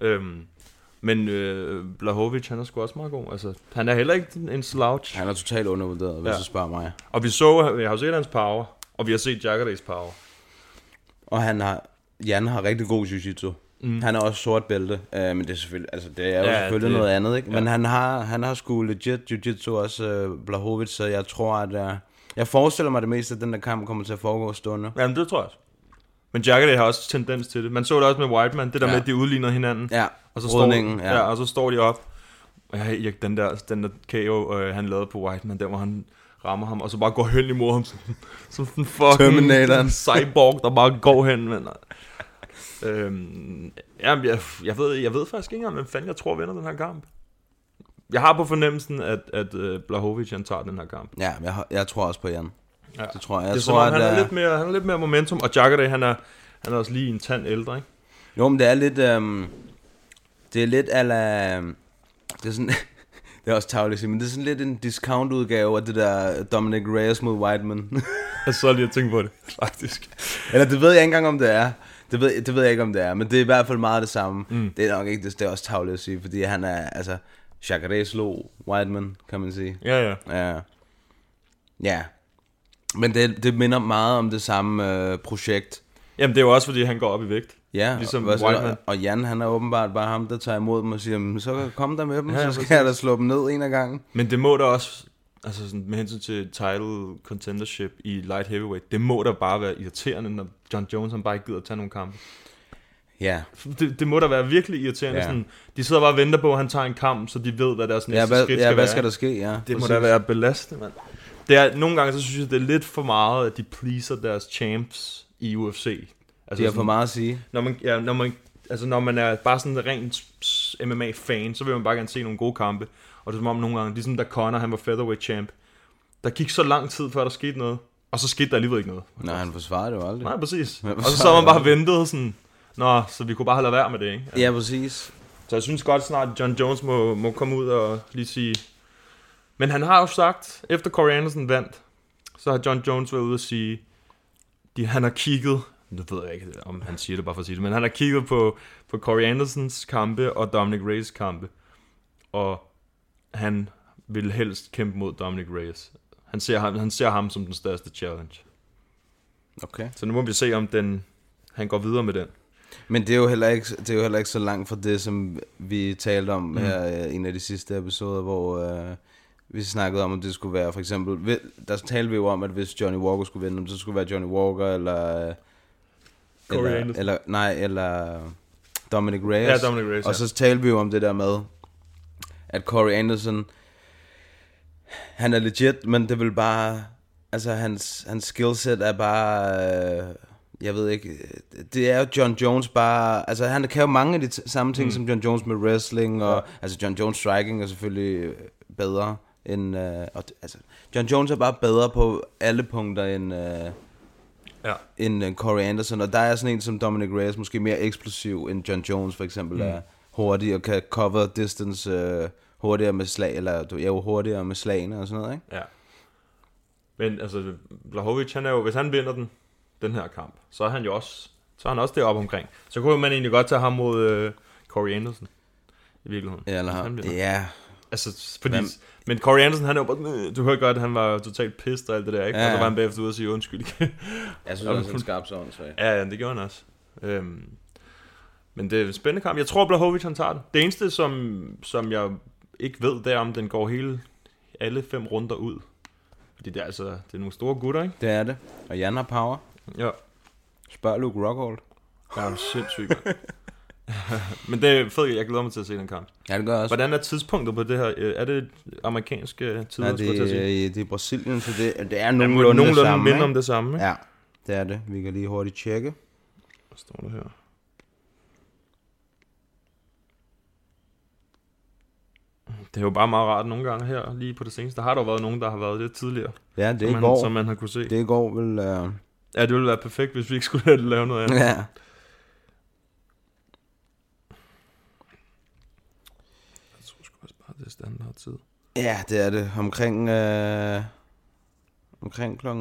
B: Øhm, men øh, Blahovic, han er sgu også meget god. Altså, han er heller ikke en slouch.
C: Han er totalt undervurderet, hvis ja. du spørger mig.
B: Og vi så, jeg har jo set hans power, og vi har set Jagares power.
C: Og han har, Jan har rigtig god jiu-jitsu. Mm. Han er også sort bælte, øh, men det er selvfølgelig, altså det er jo ja, selvfølgelig det, noget andet, ikke? Ja. Men han har, han har sgu legit jiu-jitsu også, øh, Blahovic, så jeg tror, at jeg, jeg forestiller mig det meste, at den der kamp kommer til at foregå stående.
B: Jamen, det tror jeg også. Men Jaggede har også tendens til det. Man så det også med Whiteman, det der ja. med, at de udligner hinanden.
C: Ja,
B: og så står, de, ja. ja. og så står de op. Og jeg, jeg, den, der, den der KO, øh, han lavede på Whiteman, der hvor han rammer ham, og så bare går hen imod ham, som, *laughs* som den fucking
C: Terminator.
B: cyborg, der bare går hen. Men, øhm, jamen, jeg, jeg, ved, jeg ved faktisk ikke engang, hvem fanden jeg tror vinder den her kamp. Jeg har på fornemmelsen, at, at uh, Blahovic han tager den her kamp.
C: Ja, jeg, har- jeg tror også på Jan.
B: Ja.
C: Det tror jeg. jeg
B: det er
C: tror,
B: som om, han,
C: at,
B: er
C: øh,
B: lidt mere, han er lidt mere momentum, og Jagade, han er, han er også lige en tand ældre, ikke?
C: Jo, men det er lidt... Øhm, det er lidt ala... Det er sådan... *laughs* det er også tavligt, at sige, men det er sådan lidt en discount-udgave af det der Dominic Reyes mod Whiteman. *laughs*
B: Jeg så lige at tænke på det, faktisk.
C: Eller det ved jeg ikke engang, om det er. Det ved, det ved jeg ikke, om det er, men det er i hvert fald meget det samme. Mm. Det er nok ikke det, det er også tavligt at sige, fordi han er, altså, Jacare slog Whiteman, kan man sige.
B: Ja, ja.
C: Ja. Ja. Men det, det minder meget om det samme øh, projekt.
B: Jamen, det er jo også, fordi han går op i vægt.
C: Ja,
B: ligesom
C: og,
B: Whiteman.
C: og, og Jan, han er åbenbart bare ham, der tager imod dem og siger, "Men så kom der med dem,
B: Ja,
C: ja, så
B: præcis.
C: skal jeg da slå dem ned en af gangen.
B: Men det må der også, altså sådan, med hensyn til title contendership i light heavyweight, det må der bare være irriterende, når John Jones han bare ikke gider at tage nogle kampe.
C: Ja.
B: Det, det må da være virkelig irriterende.
C: Ja.
B: Ja. Sådan, de sidder bare og venter på, at han tager en kamp, så de ved, hvad deres næste
C: Ja, hvad,
B: skridt
C: ja,
B: skal
C: hvad
B: være.
C: skal der ske? Ja,
B: Det må
C: præcis.
B: da være belastende, mand. Det er, nogle gange, så synes jeg, det er lidt for meget, at de pleaser deres champs i UFC. Altså
C: De har for meget at sige.
B: Når man, ja, når man, altså når man er bare sådan en ren s- MMA-fan, så vil man bare gerne se nogle gode kampe. Og det er som om nogle gange, ligesom da Conor, han var featherweight champ, der gik så lang tid, før der skete noget. Og så skete der alligevel ikke noget.
C: Nej, han forsvarer det jo aldrig.
B: Nej, præcis.
C: Ja,
B: Og så sad man bare og ventede sådan, Nå, så vi kunne bare have lade være med det, ikke?
C: Ja, præcis.
B: Så jeg synes godt snart, at John Jones må, må komme ud og lige sige... Men han har jo sagt, efter Corey Anderson vandt, så har John Jones været ude og sige, de, han har kigget, nu ved jeg ikke, om han siger det bare for at sige det, men han har kigget på, på Corey Andersons kampe og Dominic Reyes kampe, og han vil helst kæmpe mod Dominic Reyes. Han ser ham, han ser ham som den største challenge.
C: Okay.
B: Så nu må vi se, om den, han går videre med den.
C: Men det er, jo heller ikke, det er jo heller ikke så langt fra det, som vi talte om mm. her øh, i en af de sidste episoder, hvor øh, vi snakkede om, om det skulle være for eksempel... ved- Der talte vi jo om, at hvis Johnny Walker skulle vinde, om det skulle være Johnny Walker eller... øh,
B: Corey
C: eller,
B: Anderson.
C: eller Nej, eller Dominic Reyes.
B: Ja, Dominic Reyes,
C: Og
B: ja.
C: så talte vi jo om det der med, at Corey Anderson... Han er legit, men det vil bare... Altså, hans, hans skillset er bare... Øh, jeg ved ikke... øh, Det er jo John Jones bare... Altså, han kan jo mange af de t- samme ting, mm. som John Jones med wrestling, og... Altså, John Jones striking er selvfølgelig øh, bedre end... Øh, og, d- altså, John Jones er bare bedre på alle punkter end... Øh,
B: Ja.
C: end øh, Corey Anderson, og der er sådan en som Dominic Reyes måske mere eksplosiv end John Jones for
B: Mm.
C: eksempel, der er hurtig og kan cover distance øh, hurtigere med slag, eller du er jo hurtigere med slagene og sådan noget, ikke?
B: Ja. Men altså, Blahovic, han er jo, hvis han vinder den, den her kamp, så er han jo også, så er han også deroppe omkring. Så kunne man egentlig godt tage ham mod øh, Corey Anderson, i virkeligheden.
C: Ja, eller
B: hvis han
C: ham.
B: vinder.
C: Ja,
B: Altså, fordi,
C: Hvem?
B: men Corey Anderson, han er jo bare, øh, du hørte godt, at han var totalt pissed og alt det der, ikke?
C: Ja,
B: Ja, Og så
C: ja.
B: var han bagefter ude og sige undskyld igen.
C: jeg synes
B: Jamen,
C: også, han
B: kun-
C: skarp sådan, så
B: ja, ja, det gjorde han også. Øhm, men det er en spændende kamp. Jeg tror, Blahovic, han tager den. Det eneste, som, som jeg ikke ved, det er, om den går hele, alle fem runder ud. Fordi det er altså, det er nogle store gutter, ikke?
C: Det er det. Og Jan har power.
B: Ja.
C: Spørg Luke Rockhold.
B: Ja, det er sindssygt, mand. *laughs* Men det er fedt, jeg glæder mig til at se den kamp.
C: Ja, det gør jeg også.
B: Hvordan er tidspunktet på det her? Øh, Er det amerikanske tider,
C: Ja,
B: skulle jeg til at sige?
C: det, er, det er Brasilien, så det, det er
B: Ja,
C: nogenlunde,
B: nogenlunde
C: det samme,
B: minder
C: ikke?
B: om det samme, ikke?
C: Ja, det er det. Vi kan lige hurtigt tjekke.
B: Hvad står der her? Det er jo bare meget rart nogle gange her, lige på det seneste. Der har der jo været nogen, der har været lidt tidligere,
C: Ja, det
B: som,
C: er i
B: man,
C: går.
B: som man har kunne se.
C: Det er i går vel... Øh...
B: Ja, det ville være perfekt, hvis vi ikke skulle lave noget
C: *laughs*
B: andet.
C: Ja.
B: Jeg tror sgu også bare, det er standardtid.
C: Ja, det er det. Omkring, øh, omkring kl. 12,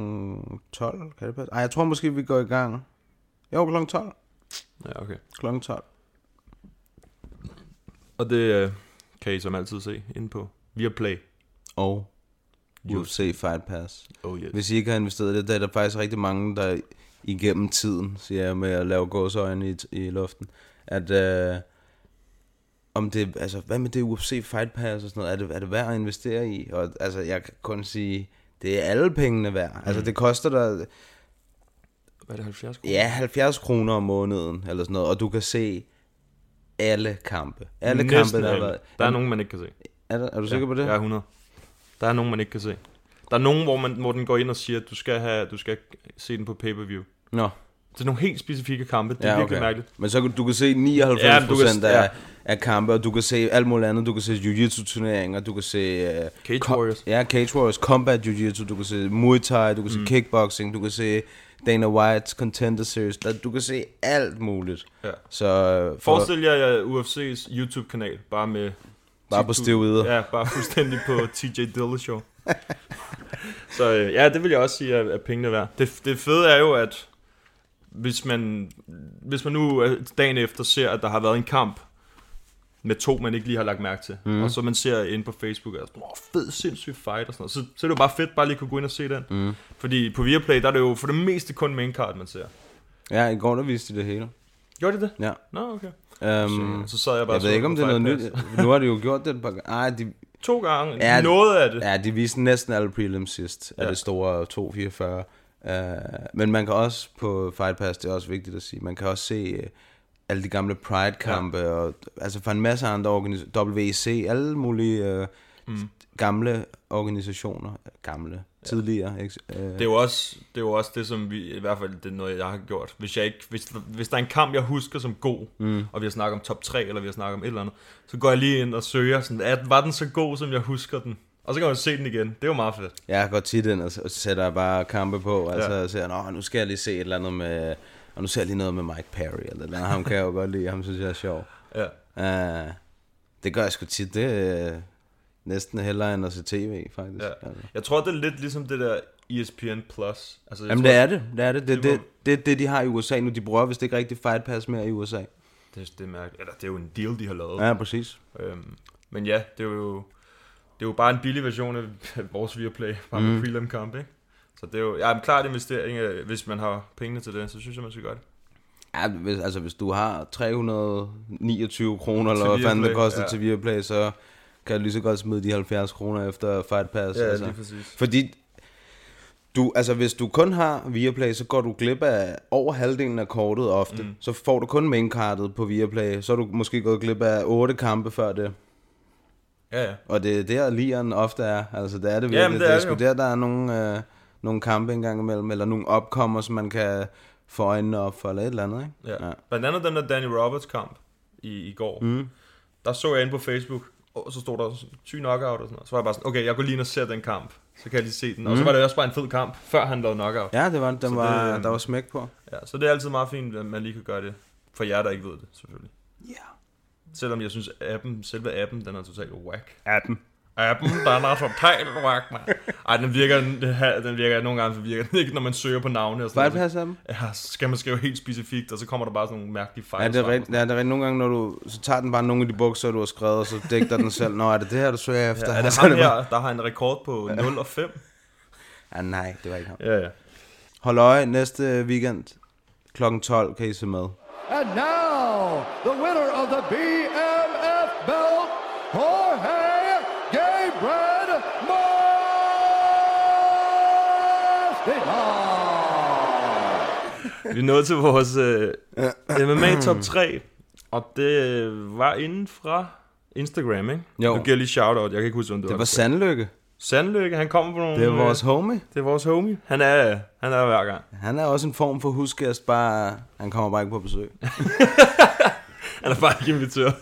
C: kan det passe? Ej, jeg tror måske, vi går i gang. Jo, kl. 12.
B: Ja, okay.
C: Kl. 12.
B: Og det øh, kan I som altid se inde på via Play.
C: Og UFC Fight Pass.
B: Oh, yes.
C: Hvis I ikke har investeret i det, der er der faktisk rigtig mange, der igennem tiden, siger jeg med at lave gåsøjne i, i luften, at øh, om det, altså, hvad med det UFC Fight Pass og sådan noget, er det, er det værd at investere i? Og altså, jeg kan kun sige, det er alle pengene værd. Mm. Altså, det koster dig,
B: Hvad er det, 70 kroner?
C: ja, 70 kroner om måneden, eller sådan noget, og du kan se alle kampe. Alle
B: Næsten
C: kampe, der har
B: alle.
C: været.
B: Der er nogen, man ikke kan se.
C: Er, der, er du
B: ja,
C: sikker på det?
B: Jeg er 100. Der er nogen, man ikke kan se. Der er nogen, hvor, man, hvor den går ind og siger, at du skal, have, du skal se den på pay-per-view.
C: Nå.
B: Det er nogle helt specifikke kampe. Det er ja, virkelig mærkeligt.
C: Men så kan du kan se 99%
B: Ja, men du kan-
C: ja, af,
B: ja.
C: ja. af kampe, og du kan se alt muligt andet. Du kan se jiu-jitsu-turneringer, du kan se... Uh,
B: Cage Warriors.
C: Ja, Cage Warriors, Combat Jiu-Jitsu, du kan se Muay Thai, du kan
B: Mm.
C: se kickboxing, du kan se Dana White's Contender Series. Der, du kan se alt muligt.
B: Ja.
C: Så øh, for,
B: Forestil jer uh, UFC's YouTube-kanal, bare med...
C: Bare på stiv yder.
B: Ja, bare fuldstændig på
C: *laughs*
B: TJ Dillashaw. Så øh, ja, det vil jeg også sige, at, at pengene er værd. Det, det fede er jo, at hvis man, hvis man nu øh, dagen efter ser, at der har været en kamp med to, man ikke lige har lagt mærke til,
C: Mhm.
B: mm. og så man ser ind på Facebook, og sådan, åh, fed, sindssyg fight og sådan noget, så, så er det jo bare fedt bare lige at kunne gå ind og se den.
C: Mhm.
B: Fordi på Viaplay, der er det jo for det meste kun main card, man ser.
C: ja, i går der viste de det hele.
B: Gjorde de det?
C: Ja.
B: Nå, okay.
C: Um,
B: Så- så sad jeg bare og
C: Jeg ved
B: så
C: ikke, om
B: på
C: det er noget
B: Fight
C: nyt.
B: Pass.
C: nu har de jo gjort det et par gange. Ej, de,
B: To gange. Noget af det.
C: Ja, de viste næsten alle prelims sidst af
B: Ja.
C: det store 244. Uh, men man kan også på Fight Pass, det er også vigtigt at sige, man kan også se øh, alle de gamle Pride-kampe, ja. og, altså fra en masse andre organisationer, WEC, alle mulige uh,
B: Mm.
C: mm. gamle organisationer, gamle, ja. tidligere. Ikke? Uh,
B: Det er jo også det, er jo også det som vi, i hvert fald det er noget, jeg har gjort. Hvis, jeg ikke, hvis, hvis der er en kamp, jeg husker som god,
C: Mm.
B: og vi har snakket om top 3, eller vi har snakket om et eller andet, så går jeg lige ind og søger, sådan, at, var den så god, som jeg husker den? Og så kan man se den igen. Det er jo meget fedt.
C: Jeg går tit ind og s- og sætter bare kampe på, altså
B: Ja.
C: ja. siger, Nå, nu skal jeg lige se et eller andet med, og nu ser jeg lige noget med Mike Perry, eller et eller andet. ham kan jeg jo godt lide, ham synes jeg er sjov.
B: Ja.
C: Uh, det gør jeg sgu tit, det er øh, næsten hellere end at se tv, faktisk. Altså.
B: Ja. Jeg tror, det er lidt ligesom det der ESPN+. Plus. Altså, jeg
C: Jamen
B: tror,
C: det er det, det er det,
B: det,
C: det, det, det, det, de har i USA nu, de bruger vist ikke rigtig Fight Pass mere i USA.
B: det, det, det, er mærkeligt. Eller, det er jo en deal, de har lavet.
C: Ja, præcis.
B: Øhm, men ja, det er jo... Det er jo bare en billig version af *laughs* vores Viaplay, bare med
C: Mm.
B: prelim kamp, ikke? Så det er jo ja, en klart investering, øh, hvis man har pengene til det, så synes jeg, man skal gøre det.
C: Ja, hvis, altså hvis du har 329 kroner, eller
B: Til
C: hvad fanden det
B: Viaplay,
C: koster
B: ja.
C: ja. til Viaplay, så kan du lige så godt smide de 70 kroner efter Fight Pass. altså.
B: Ja, lige præcis.
C: Fordi du, altså hvis du kun har Viaplay, så går du glip af over halvdelen af kortet ofte.
B: Mm.
C: Mm. Så får du kun mainkartet på Viaplay, så er du måske gået glip af otte kampe før det.
B: Ja, ja.
C: Og det er der ligeren ofte er. Altså det er det virkelig.
B: Jamen, det
C: det
B: er
C: er
B: det
C: sgu
B: jo.
C: der, der er nogle, øh, nogle kampe engang imellem, eller nogle opkommer, som man kan få øjnene op for, eller et eller andet, ikke?
B: Ja. ja. Blandt andet den der Danny Roberts kamp i, i går.
C: Mm.
B: Der så jeg inde på Facebook, og så stod der sådan, syg knockout og sådan noget. Så var jeg bare sådan, okay, jeg går lige ind og ser den kamp. Så kan jeg lige se den. Og så
C: Mm.
B: var det også bare en fed kamp, før han lavede knockout.
C: Ja, det øhm, var, den
B: Så
C: var,
B: det,
C: der var smæk på.
B: Ja, så det er altid meget fint, at man lige kan gøre det. For jer, der ikke ved det, selvfølgelig. Ja. Yeah. Selvom jeg synes, appen, selve appen, den er totalt whack.
C: Appen.
B: Appen, den er totalt whack, man. Ej, den virker, den virker, nogle gange så virker den ikke, når man søger på navne og sådan noget.
C: Bypass-appen?
B: Ja, så skal man skrive helt specifikt, og så kommer der bare sådan nogle mærkelige fejl.
C: Ja, det er rigtigt. Ja, det er rigtigt. Nogle gange, når du, så tager den bare nogle af de bukser, du har skrevet, og så digter den selv. Nå, er det det her, du søger efter?
B: Ja, er det
C: *laughs* Så
B: ham
C: bare-
B: her, der har en rekord på 0 og 5?
C: Ja, nej, det var ikke ham.
B: Ja, ja.
C: Hold øje, næste øh, weekend kl. 12 kan I se med.
E: And now, the winner of the BMF belt, Jorge Gabriel Masvidal.
B: Vi er nået til vores øh, MMA top 3, og det øh, var inden fra Instagram, ikke?
C: Jo.
B: Nu giver jeg lige shout-out, jeg kan ikke huske, hvem det,
C: Det var
B: var.
C: Sandlykke.
B: Sandlykke, han kom på nogle...
C: Det er vores
B: øh,
C: homie.
B: Det er vores homie. Han er, øh, han er hver gang.
C: Han er også en form for husgæst, bare han kommer bare ikke på besøg.
B: Han er bare ikke inviteret.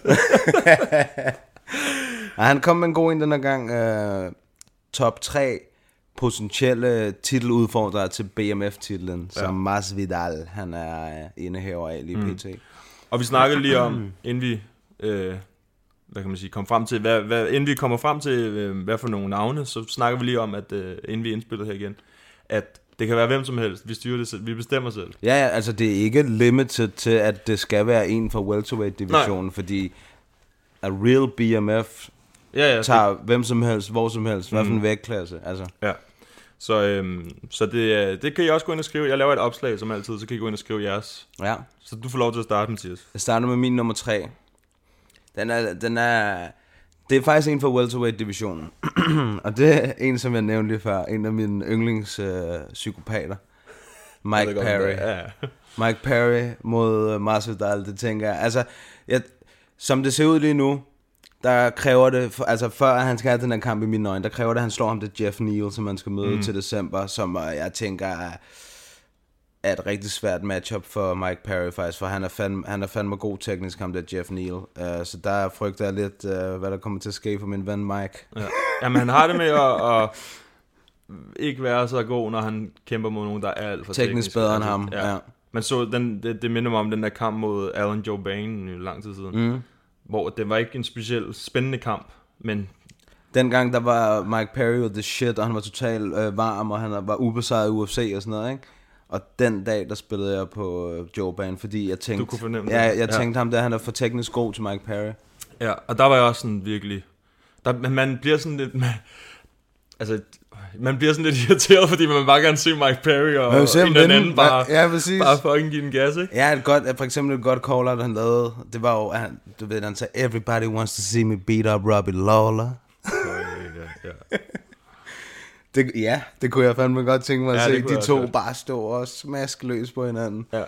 C: Og han kom med en god en den her gang. Øh, top 3 potentielle titeludfordrere til BMF-titlen, ja. som Masvidal, han er øh, indehaver af lige
B: Mm.
C: pt.
B: Og vi snakkede lige om, inden vi øh, hvad kan man sige, komme frem til, hvad, hvad, inden vi kommer frem til, øh, hvad for nogle navne, så snakker vi lige om, at øh, inden vi indspiller her igen, at det kan være hvem som helst, vi styrer det selv, vi bestemmer selv.
C: Ja, ja, altså det er ikke limited til, at det skal være en fra welterweight-divisionen, fordi a real BMF
B: Ja, ja,
C: tager det... hvem som helst, hvor som helst, hvad for en
B: Mm.
C: vægtklasse, altså.
B: Ja. Så, øhm, så det, øh, det kan I også gå ind og skrive. Jeg laver et opslag som altid, så kan I gå ind og skrive jeres.
C: Ja.
B: Så du får lov til at starte, Mathias.
C: Jeg starter med min nummer 3. Den er, den er, det er faktisk en fra welterweight-divisionen. *clears throat* og det er en, som jeg nævnte lige før. En af mine yndlings øh, psykopater.
B: Jeg ved
C: Mike
B: godt,
C: Perry.
B: hvem det er. Ja.
C: Mike Perry mod øh, Masvidal, det tænker jeg. Altså, jeg, som det ser ud lige nu, der kræver det, for, altså før han skal have den her kamp i mine øjne, der kræver det, at han slår ham til Jeff Neal, som han skal møde
B: Mm.
C: mm. til december, som øh, jeg tænker er, er et rigtig svært matchup for Mike Perry faktisk, for han er fandme, han er fandme god teknisk ham der Jeff Neal. Uh, så der frygter jeg lidt, uh, hvad der kommer til at ske for min ven Mike.
B: Ja. Jamen, han har det med at, at ikke være så god, når han kæmper mod nogen, der er alt for
C: Teknisk
B: teknisk. Altså,
C: bedre end ham, ja.
B: Man så, den, det, det minder mig om den der kamp mod Alan Joe Bain lang tid siden.
C: Mm.
B: Hvor det var ikke en speciel spændende kamp, men
C: Dengang der var Mike Perry jo the shit, og han var totalt øh, varm, og han var ubesejret i UFC og sådan noget, ikke? Og den dag, der spillede jeg på øh, Joe Ban, fordi jeg tænkte...
B: Du kunne fornemme
C: ja,
B: det.
C: jeg
B: Ja.
C: tænkte ham der, han er for teknisk god til Mike Perry.
B: Ja, og der var jeg også sådan virkelig... Der, men man bliver sådan lidt... Man, altså, man bliver sådan lidt *laughs* irriteret, fordi man bare gerne se Mike Perry og
C: Man vil
B: en
C: se ham
B: eller
C: vinde.
B: anden bare,
C: Ja, præcis.
B: bare fucking give den gas, ikke?
C: Ja, et godt, for eksempel et godt call-out, han lavede, det var jo, at han, du ved, han sagde, everybody wants to see me beat up Robbie Lawler.
B: ja,
C: Det, ja, det kunne jeg fandme godt tænke mig at
B: Ja,
C: ja,
B: det
C: se.
B: kunne
C: De
B: jeg
C: to
B: også godt.
C: bare stå og smaske løs på hinanden.
B: Ja. Øh,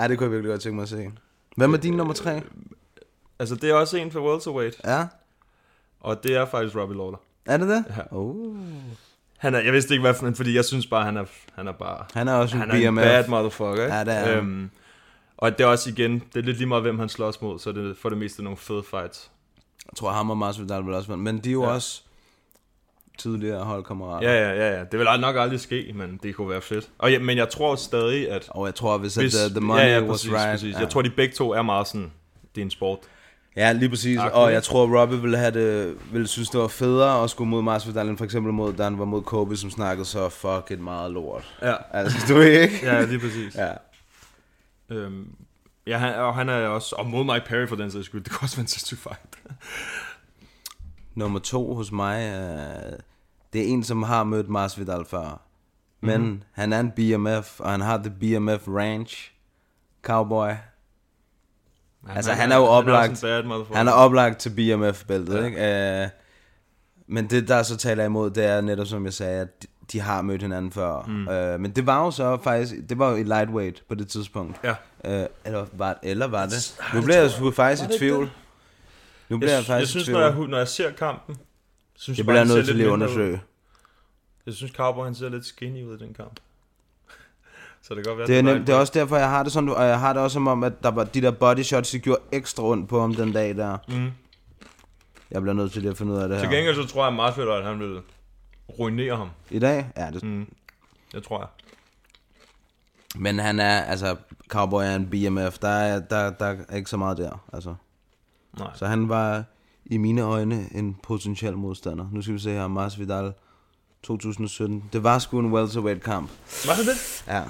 C: ja, det kunne jeg virkelig godt tænke mig at se. Hvem er din nummer tre?
B: Altså, det er også en for welterweight.
C: Ja.
B: Og det er faktisk Robbie Lawler.
C: Er det det?
B: Ja.
C: Oh.
B: Han er, jeg vidste ikke, hvad for en, fordi jeg synes bare, han er, han er bare...
C: Han er også en
B: han er en
C: BMF.
B: bad motherfucker, ikke?
C: Ja, det er han.
B: Øhm, og det er også igen, det er lidt lige meget, hvem han slås mod, så det er for det meste nogle fede fights.
C: Jeg tror, ham og Masvidal vil også vinde. Men de er jo
B: Ja.
C: ja. også tidligere holdkammerater.
B: Ja, ja, ja, ja. Det vil nok aldrig ske, men det kunne være fedt. Og ja, men jeg tror stadig, at...
C: Og jeg tror, hvis, hvis the, the money
B: ja, ja,
C: was
B: præcis,
C: right.
B: Præcis.
C: Ja.
B: Jeg tror, de begge to er meget sådan, det er en sport.
C: ja, lige præcis.
B: Agtigt.
C: Og jeg tror, Robbie ville, have det, ville synes, det var federe at skulle mod Masvidal, end for eksempel mod, da han var mod Kobe, som snakkede så fucking meget lort.
B: Ja.
C: Altså, du ved ikke?
B: *laughs* Ja, lige præcis.
C: ja.
B: Øhm, ja, han, og han er også... Og mod Mike Perry for den sags skyld, det kunne også være en sindssyg fight.
C: Nummer to hos mig, øh, det er en, som har mødt Masvidal før. Men
B: Mhm.
C: mm-hmm. han er en BMF, og han har The BMF Ranch Cowboy.
B: Han
C: altså,
B: er-
C: han er jo
B: han er også en
C: oplagt.
B: bad motherfucker.
C: Han er oplagt til BMF-bæltet, ja. ikke? Øh, men det, der så taler imod, det er netop, som jeg sagde, at de- de har mødt hinanden før.
B: Mm.
C: Mm. Øh, men det var jo så faktisk, det var jo i lightweight på det tidspunkt.
B: Ja.
C: Øh, eller, var, eller var det?
B: Ah,
C: Nu
B: det
C: bliver
B: tror
C: jeg
B: jeg.
C: sgu faktisk
B: Var
C: i
B: det
C: tvivl.
B: det?
C: Nu bliver jeg,
B: Jeg, sy-
C: faktisk
B: jeg
C: i
B: synes,
C: tvivl.
B: når jeg, hu- når jeg ser kampen... Synes
C: jeg
B: bare,
C: bliver
B: han ser
C: nødt til
B: lidt
C: lige at
B: mindre ud.
C: undersøge.
B: Jeg synes, Cowboy han ser lidt skinny ud i den kamp. *laughs* så det kan godt være,
C: Det er,
B: var
C: nem,
B: en-
C: det er også derfor, jeg har det sådan, og jeg har det også som om, at der var de der body shots, de gjorde ekstra ondt på ham den dag der.
B: Mm.
C: Jeg bliver nødt til lige at finde ud af det
B: Til
C: her.
B: gengæld så tror jeg, at Masvidal, at han vil ruinere ham.
C: I dag? Ja, det,
B: Mm. Det tror jeg.
C: Men han er, altså, Cowboy er en BMF, der er, der, der er ikke så meget der, altså.
B: Nej.
C: Så han var i mine øjne en potentiel modstander. Nu skal vi se her, Masvidal 2017. Det var sgu en welterweight kamp.
B: Var det det?
C: Ja.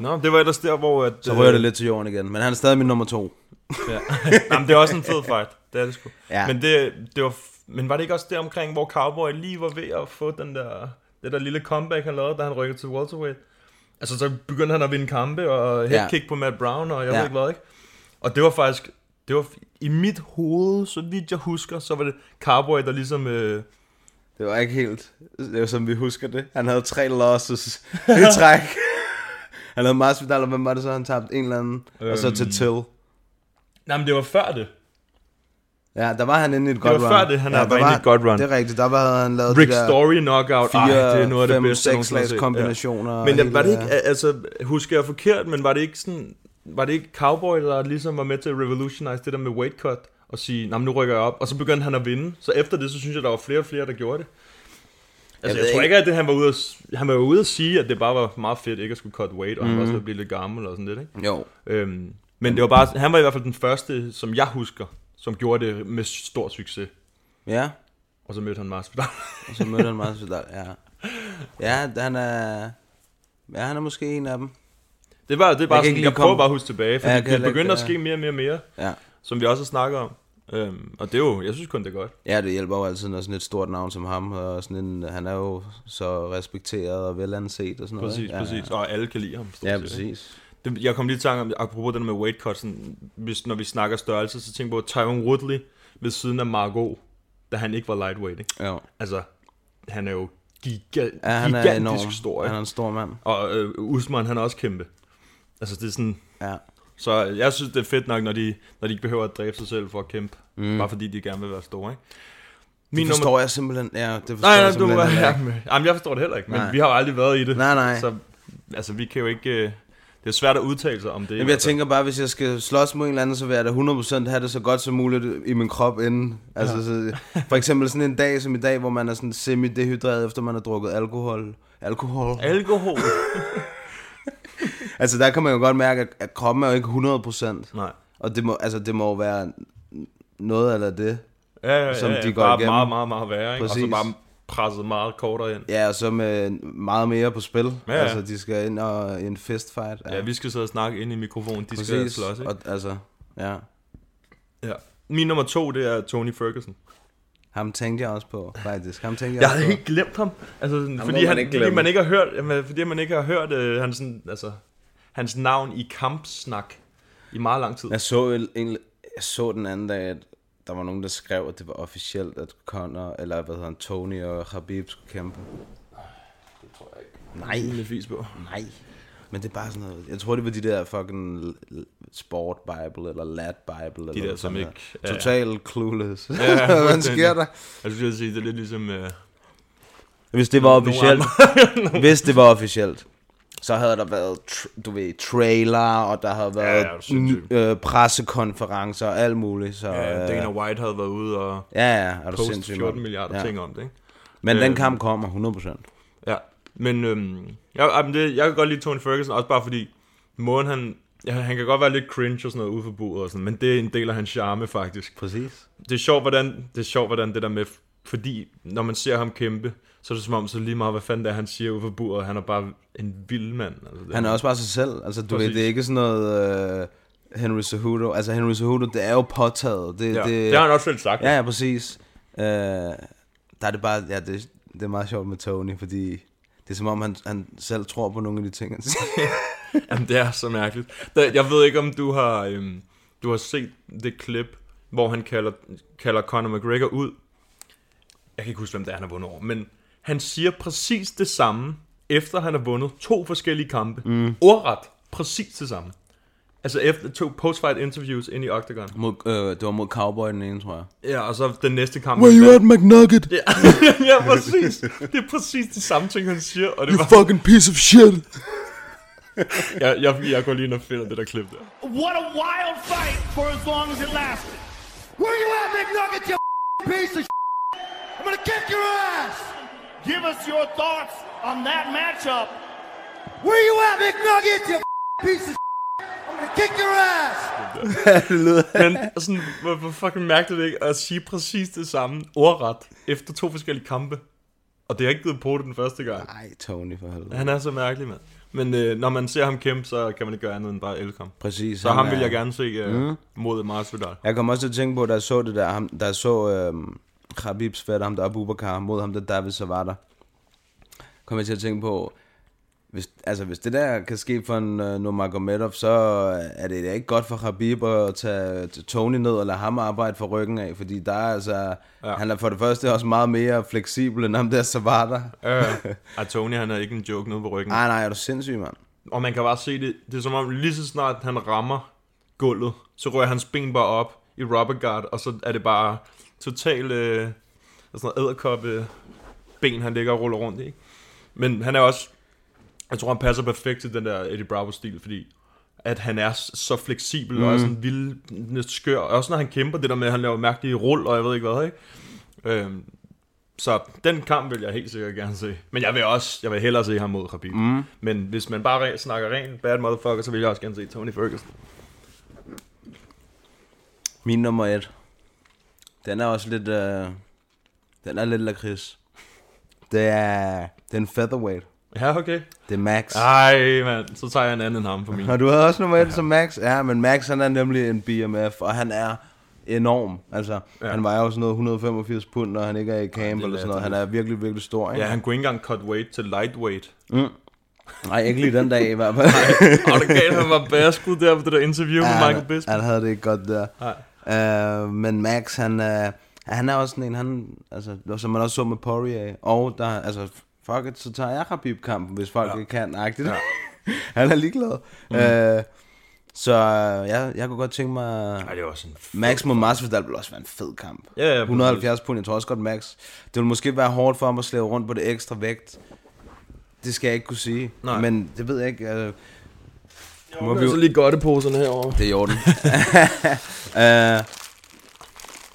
B: Nå, det var ellers der, hvor... At,
C: Så rører det lidt til jorden igen, men han er stadig min nummer to.
B: Ja. Nå, men det er også en fed fight. Det er det sgu.
C: Ja.
B: Men, det, det var, f- men var det ikke også der omkring, hvor Cowboy lige var ved at få den der, det der lille comeback, han lavede, da han rykkede til welterweight? Altså, så begyndte han at vinde kampe, og headkick ja. på Matt Brown, og jeg ja.
C: Ja.
B: ved ikke hvad, ikke? Og det var faktisk, det var f- i mit hoved, så vidt jeg husker, så var det Cowboy, der ligesom... Øh,
C: Det var ikke helt, det var som vi husker det. Han havde tre losses *laughs* i træk. han havde Masvidal, og hvem var det så, han tabte? En eller anden, øhm. og så til
B: Øhm.
C: Till.
B: nej, men det var før det.
C: Ja, der var han inde i et
B: var
C: godt run.
B: før det, han
C: ja,
B: var
C: der
B: inde i et godt run.
C: Det er rigtigt, der var, havde han lavet
B: Rick
C: de der
B: Story knockout, Ej,
C: fire,
B: det er noget af det
C: fem,
B: bedste, jeg
C: seks
B: nogensinde har set.
C: slags kombinationer. og
B: Men jeg,
C: hele
B: var det
C: der.
B: ikke, altså, husker jeg forkert, men var det ikke sådan, var det ikke Cowboy, der ligesom var med til at revolutionize det der med weight cut, og sige, nej, nu rykker jeg op, og så begyndte han at vinde. Så efter det, så synes jeg, der var flere og flere, der gjorde det. Altså,
C: ved
B: jeg, jeg tror
C: ikke.
B: ikke, at det, han var ude at, s- han var jo ude at sige, at det bare var meget fedt ikke at skulle cut weight, og mm. han var også
C: Mhm.
B: ved at blive lidt gammel og sådan lidt, ikke?
C: Jo.
B: Øhm, men det var bare, han var i hvert fald den første, som jeg husker, som gjorde det med stor succes.
C: Ja.
B: Og så mødte han Masvidal.
C: og så mødte han Masvidal, ja. Ja, han er... Ja, han er måske en af dem.
B: Det var det er bare
C: kan
B: sådan,
C: ikke
B: jeg,
C: lige
B: jeg prøver
C: komme-
B: bare at huske tilbage, for
C: Ja, jeg kan
B: det
C: heller ikke,
B: begyndte at
C: øh,
B: ske mere og mere og mere,
C: Ja.
B: som vi også har snakket om. Øhm, og det er jo, jeg synes kun, det er godt.
C: Ja, det hjælper jo altid, når sådan et stort navn som ham, og sådan en, han er jo så respekteret og velanset og sådan noget.
B: Præcis,
C: ikke?
B: ja, præcis. Og alle kan lide ham. stort
C: Ja,
B: set, ikke?
C: præcis.
B: Det, jeg kom lige i tanke om, apropos det der med weight cut, sådan, hvis, når vi snakker størrelse, så tænker jeg på Tyron Woodley ved siden af Margot, da han ikke var lightweight. Ikke?
C: Ja.
B: Altså, han er jo giga,
C: Ja, han er
B: gigantisk
C: enorm.
B: stor. ikke?
C: Han er en stor mand.
B: Og øh, Usman, han er også kæmpe. Altså, det er sådan...
C: Ja.
B: Så jeg synes, det er fedt nok, når de, når de ikke behøver at dræbe sig selv for at kæmpe. Mm.
C: Mm.
B: Bare fordi de gerne vil være store, ikke?
C: Min forstår jeg simpelthen. Ja, det forstår
B: Nej, nej,
C: jeg
B: du,
C: simpelthen.
B: *laughs*
C: heller
B: ja,
C: ikke.
B: jamen, jeg forstår det heller ikke, men nej.
C: Nej.
B: vi har jo aldrig været i det.
C: Nej, nej.
B: Så, altså, vi kan jo ikke... øh, Det er svært at udtale sig om det. i
C: Jamen,
B: hvert
C: jeg
B: fald.
C: tænker bare, hvis jeg skal slås mod en eller anden, så vil jeg da 100% have det så godt som muligt i min krop inden. Altså,
B: Ja.
C: ja. så, for eksempel sådan en dag som i dag, hvor man er sådan semi-dehydreret, efter man har drukket alkohol. Alkohol.
B: Alkohol.
C: altså, der kan man jo godt mærke, at- at kroppen er jo ikke 100%.
B: Nej.
C: Og det må, altså, det må jo være noget eller det,
B: Ja, ja,
C: som
B: ja, ja.
C: de går
B: bare
C: igennem.
B: meget, meget, meget værre, ikke?
C: Præcis.
B: Og så bare presset meget kortere ind.
C: Ja, og så med meget mere på spil.
B: Ja,
C: Ja,
B: ja.
C: ja. Altså, de skal ind og i en fistfight.
B: Ja. ja, vi skal sidde og snakke ind i mikrofonen, de Præcis. skal
C: Præcis.
B: slås, ikke?
C: Og, altså, ja.
B: Ja. Min nummer to, det er Tony Ferguson.
C: Ham tænkte jeg også på, faktisk. Ham tænkte jeg,
B: Jeg
C: også
B: havde
C: på.
B: helt glemt ham. Altså, sådan,
C: Ham
B: fordi, han,
C: må man ikke
B: fordi
C: glemme.
B: man ikke har hørt, jamen, fordi man ikke har hørt øh, hans, sådan, altså, hans navn i kampsnak i meget lang tid.
C: Jeg så, en, en, jeg så den anden dag, at der var nogen, der skrev, at det var officielt, at Connor, eller hvad hedder han, Tony og Khabib skulle kæmpe.
B: Det tror jeg ikke.
C: Nej.
B: Det er fis på.
C: Nej. Men det er bare sådan noget. Jeg tror, det var de der fucking l- l- sport bible, eller lad bible.
B: De
C: eller
B: der, som
C: sådan
B: ikke...
C: Der. Total clueless.
B: Ja, ja,
C: *laughs* hvad
B: fuldstændig.
C: sker der?
B: Jeg skulle til at sige, det er lidt ligesom... Øh,
C: Hvis det var
B: Nogle
C: officielt,
B: andre. *laughs*
C: hvis det var officielt, så havde der været, tr- du ved, trailer, og der havde
B: Ja, ja,
C: været
B: det er sindssygt.
C: n- øh, pressekonferencer og alt muligt. Så,
B: ja,
C: øh,
B: Dana White havde været ude og
C: Ja, ja, er du
B: post
C: sindssyg,
B: 14
C: mand.
B: milliarder
C: Ja.
B: ting om det, ikke?
C: Men den
B: Øh,
C: kamp kommer 100%.
B: Ja, men øhm, jeg, jeg, det, jeg kan godt lide Tony Ferguson, også bare fordi måden han... Ja, han kan godt være lidt cringe og sådan noget ude for bordet og sådan, men det er en del af hans charme faktisk.
C: Præcis.
B: Det er sjovt, hvordan det, er sjovt, hvordan det der med... Fordi når man ser ham kæmpe, så er det som om, så lige meget hvad fanden det er, han siger ude for bordet, han er bare en vild mand. Altså, det
C: Han er også bare sig selv. Altså, du
B: Præcis.
C: ved, det er ikke sådan noget øh, Henry Cejudo. Altså, Henry Cejudo, det er jo påtaget. Det,
B: Ja, det har han også selv sagt.
C: Ja, ja, præcis. Øh, der er det bare, ja, det, det er meget sjovt med Tony, fordi det er som om, han, han selv tror på nogle af de ting, han siger.
B: Jamen, det er så mærkeligt. Da- Jeg ved ikke, om du har, øhm, du har set det klip, hvor han kalder, kalder Conor McGregor ud. Jeg kan ikke huske, hvem det er, han har vundet over, men han siger præcis det samme, efter han har vundet to forskellige kampe. Mm. Ordret. Præcis det samme. Altså efter to post-fight interviews ind i Octagon.
C: mod, øh, det var mod Cowboy den ene, tror jeg.
B: Ja, og så den næste kamp.
C: Where
B: han
C: you at,
B: vandt.
C: McNugget?
B: Ja, *laughs* ja, præcis. Det er præcis de samme ting, han siger. Og det
C: You
B: var,
C: fucking piece of
B: *laughs*
C: shit!
B: jeg, jeg, jeg går lige ind og finder det der klip der.
E: What a wild fight for as long as it lasted.
G: Where you at, McNugget, you piece of shit? I'm gonna kick your ass!
E: Give us your thoughts on that matchup.
G: Where you at, McNugget, you piece of shit? I'm gonna kick your ass!
B: Men sådan, hvor, hvor fucking mærkeligt det ikke at sige præcis det samme ordret efter to forskellige kampe. Og det har ikke givet på det den første gang.
C: Ej, Tony for helvede.
B: Han er så mærkelig, mand. Men øh, når man ser ham kæmpe, så kan man ikke gøre andet end bare elske ham.
C: Præcis,
B: Så ham,
C: han
B: vil
C: er-
B: jeg gerne se øh, mm. mod Masvidal.
C: Jeg kom også til at tænke på, da jeg så det der, ham, da jeg så øhm, Khabibs fætter, ham der Abubakar, mod ham der David Savata, kom jeg til at tænke på, hvis, altså, hvis det der kan ske for en øh, Nurmagomedov, så er det da ikke godt for Khabib at tage Tony ned og lade ham arbejde for ryggen af, fordi der er altså,
B: Ja.
C: ja. han er for det første også meget mere fleksibel end ham der Savata.
B: Øh, og Tony, han er ikke en joke nede på ryggen.
C: Nej, nej, er du sindssyg, mand.
B: Og man kan bare se det, det er som om lige så snart han rammer gulvet, så rører hans ben bare op i rubber guard, og så er det bare total øh, sådan noget æderkoppe ben, han ligger og ruller rundt i. Ikke? Men han er også, jeg tror han passer perfekt til den der Eddie Bravo-stil, fordi at han er s- så fleksibel mm. og er sådan vild, lidt skør. Også når han kæmper det der med, at han laver mærkelige rull, og jeg ved ikke hvad, ikke? Øhm, så den kamp vil jeg helt sikkert gerne se. Men jeg vil også, jeg vil hellere se ham mod Khabib. Mm. Men hvis man bare re- snakker ren bad motherfucker, så vil jeg også gerne se Tony Ferguson.
C: Min nummer et. Den er også lidt... Øh, den er lidt lakrids. Det er... Den featherweight.
B: Ja, okay.
C: Det er Max.
B: Ej, mand. Så tager jeg en anden end ham for *laughs* min.
C: Og du havde også nummer 1 som Max. Ah. Ja, men Max han er nemlig en BMF, og han er enorm. Altså, ja. han vejer jo sådan noget 185 pund, når han ikke er i camp ja, eller sådan noget. Han er virkelig, virkelig stor. Ikke?
B: Ja, han kunne ikke engang cut weight til *laughs* lightweight.
C: Mm. Nej, ikke lige den dag i hvert *laughs* fald.
B: Nej, og det gav han var basket der på det der interview ja, med Michael Bisping.
C: Han havde det ikke godt der. Nej. Uh, men Max, han, uh, han er også sådan en, han, altså, som man også så med Poirier. Og der, altså, fuck it, så tager jeg Khabib-kampen, hvis folk ja. ikke kan. Agtigt. Ja. *laughs* han er ligeglad. Mm. Uh, så øh, jeg, jeg kunne godt tænke mig...
B: Ej, det er også en fed
C: Max mod Masvidal ville også være en fed kamp.
B: Ja, ja,
C: 170 pund, jeg tror også godt Max. Det ville måske være hårdt for ham at slæve rundt på det ekstra vægt. Det skal jeg ikke kunne sige.
B: Nej.
C: Men det ved jeg ikke. Øh,
B: jo, må vi jo... så lige godt poserne herovre.
C: Det er i *laughs* orden. øh,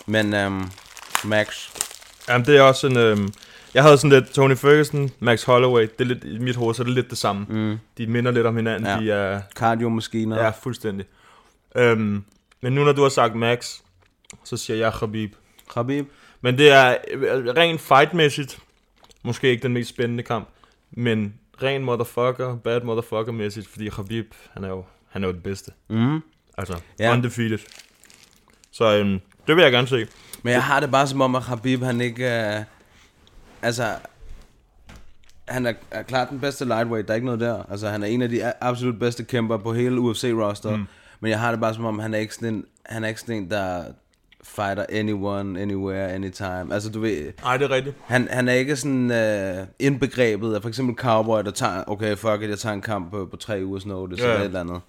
C: men øhm, Max...
B: Jamen, det er også en... Øhm, jeg havde sådan lidt Tony Ferguson, Max Holloway, det er lidt, i mit hoved, så er det lidt det samme.
C: Mm.
B: De minder lidt om hinanden. Ja. De er,
C: Cardio-maskiner.
B: Ja, fuldstændig. Øhm, men nu når du har sagt Max, så siger jeg Khabib.
C: Khabib.
B: Men det er øh, rent fightmæssigt, måske ikke den mest spændende kamp, men ren motherfucker, bad motherfucker-mæssigt, fordi Khabib, han er jo, han er jo det bedste.
C: Mm.
B: Altså,
C: Ja.
B: yeah. undefeated. Så øhm, det vil jeg gerne se.
C: Men jeg har det bare som om, at Khabib, han ikke... Øh, altså, han er, er klart den bedste lightweight, der er ikke noget der. Altså, han er en af de a- absolut bedste kæmper på hele UFC-roster. Mm. Men jeg har det bare som om, han er ikke sådan en, han er ikke sådan en der fighter anyone, anywhere, anytime. Altså, du ved...
B: Nej, det er rigtigt.
C: Han, han er ikke sådan øh, indbegrebet af for eksempel Cowboy, der tager, okay, fuck it, jeg tager en kamp på, på tre ugers notice
B: Ja,
C: ja.
B: ja.
C: eller et eller andet.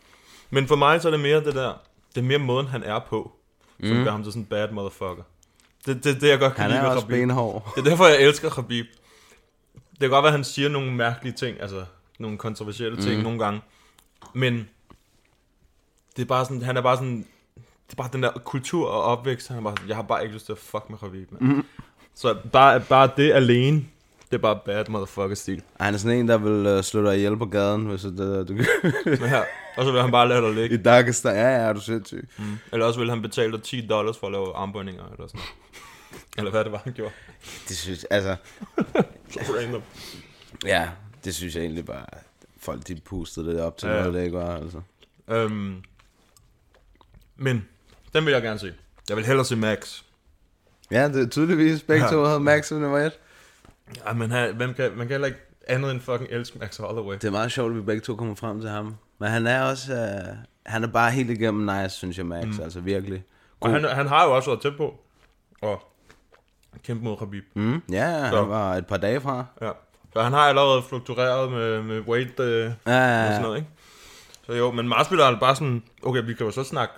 B: Men for mig så er det mere det der, det er mere måden han er på, som
C: Mm.
B: gør ham til sådan en bad motherfucker. Det er det, det, jeg godt kan
C: Han
B: lide
C: er
B: ved
C: også
B: Khabib.
C: benhård.
B: Det er derfor, jeg elsker Khabib. Det kan godt være, at han siger nogle mærkelige ting, altså nogle kontroversielle ting
C: Mhm.
B: nogle gange. Men det er bare sådan, han er bare sådan, det er bare den der kultur og opvækst, han er bare sådan, jeg har bare ikke lyst til at fuck med Khabib, mand.
C: Mhm.
B: Så bare, bare det alene, det er bare bad motherfucker stil.
C: Ej, Han er sådan en, der vil øh, slå dig ihjel på gaden, hvis det, øh, du
B: Ja, og så vil han bare lade dig ligge.
C: *laughs* I Dagestan, ja, ja, er du sindssyg.
B: Mm. Eller også ville han betale dig 10 dollars for at lave armbøjninger eller sådan noget. Eller hvad det var, han gjorde.
C: Det synes altså,
B: Random.
C: ja, det synes jeg egentlig bare, folk de pustede det op til
B: Ja,
C: ja.
B: ja.
C: noget, det ikke var, altså.
B: Øhm, men, den vil jeg gerne se. Jeg vil hellere se Max.
C: Ja, det er tydeligvis begge
B: Ja.
C: to havde Max som nummer et.
B: Ej, men her, hvem kan, man kan heller ikke andet end fucking elske Max Holloway.
C: Det er meget sjovt, at vi begge to kommer frem til ham. Men han er også, øh, han er bare helt igennem nice, synes jeg, Max, mm. altså virkelig.
B: Og han, han har jo også været tæt på at kæmpe mod Khabib.
C: Mm, ja,
B: Så.
C: han var et par dage fra.
B: Ja. Så han har allerede fluktureret med, med weight øh,
C: Ja, ja, ja.
B: og sådan noget, ikke? Så jo, men Masvidal er bare sådan, okay, vi kan jo så snakke,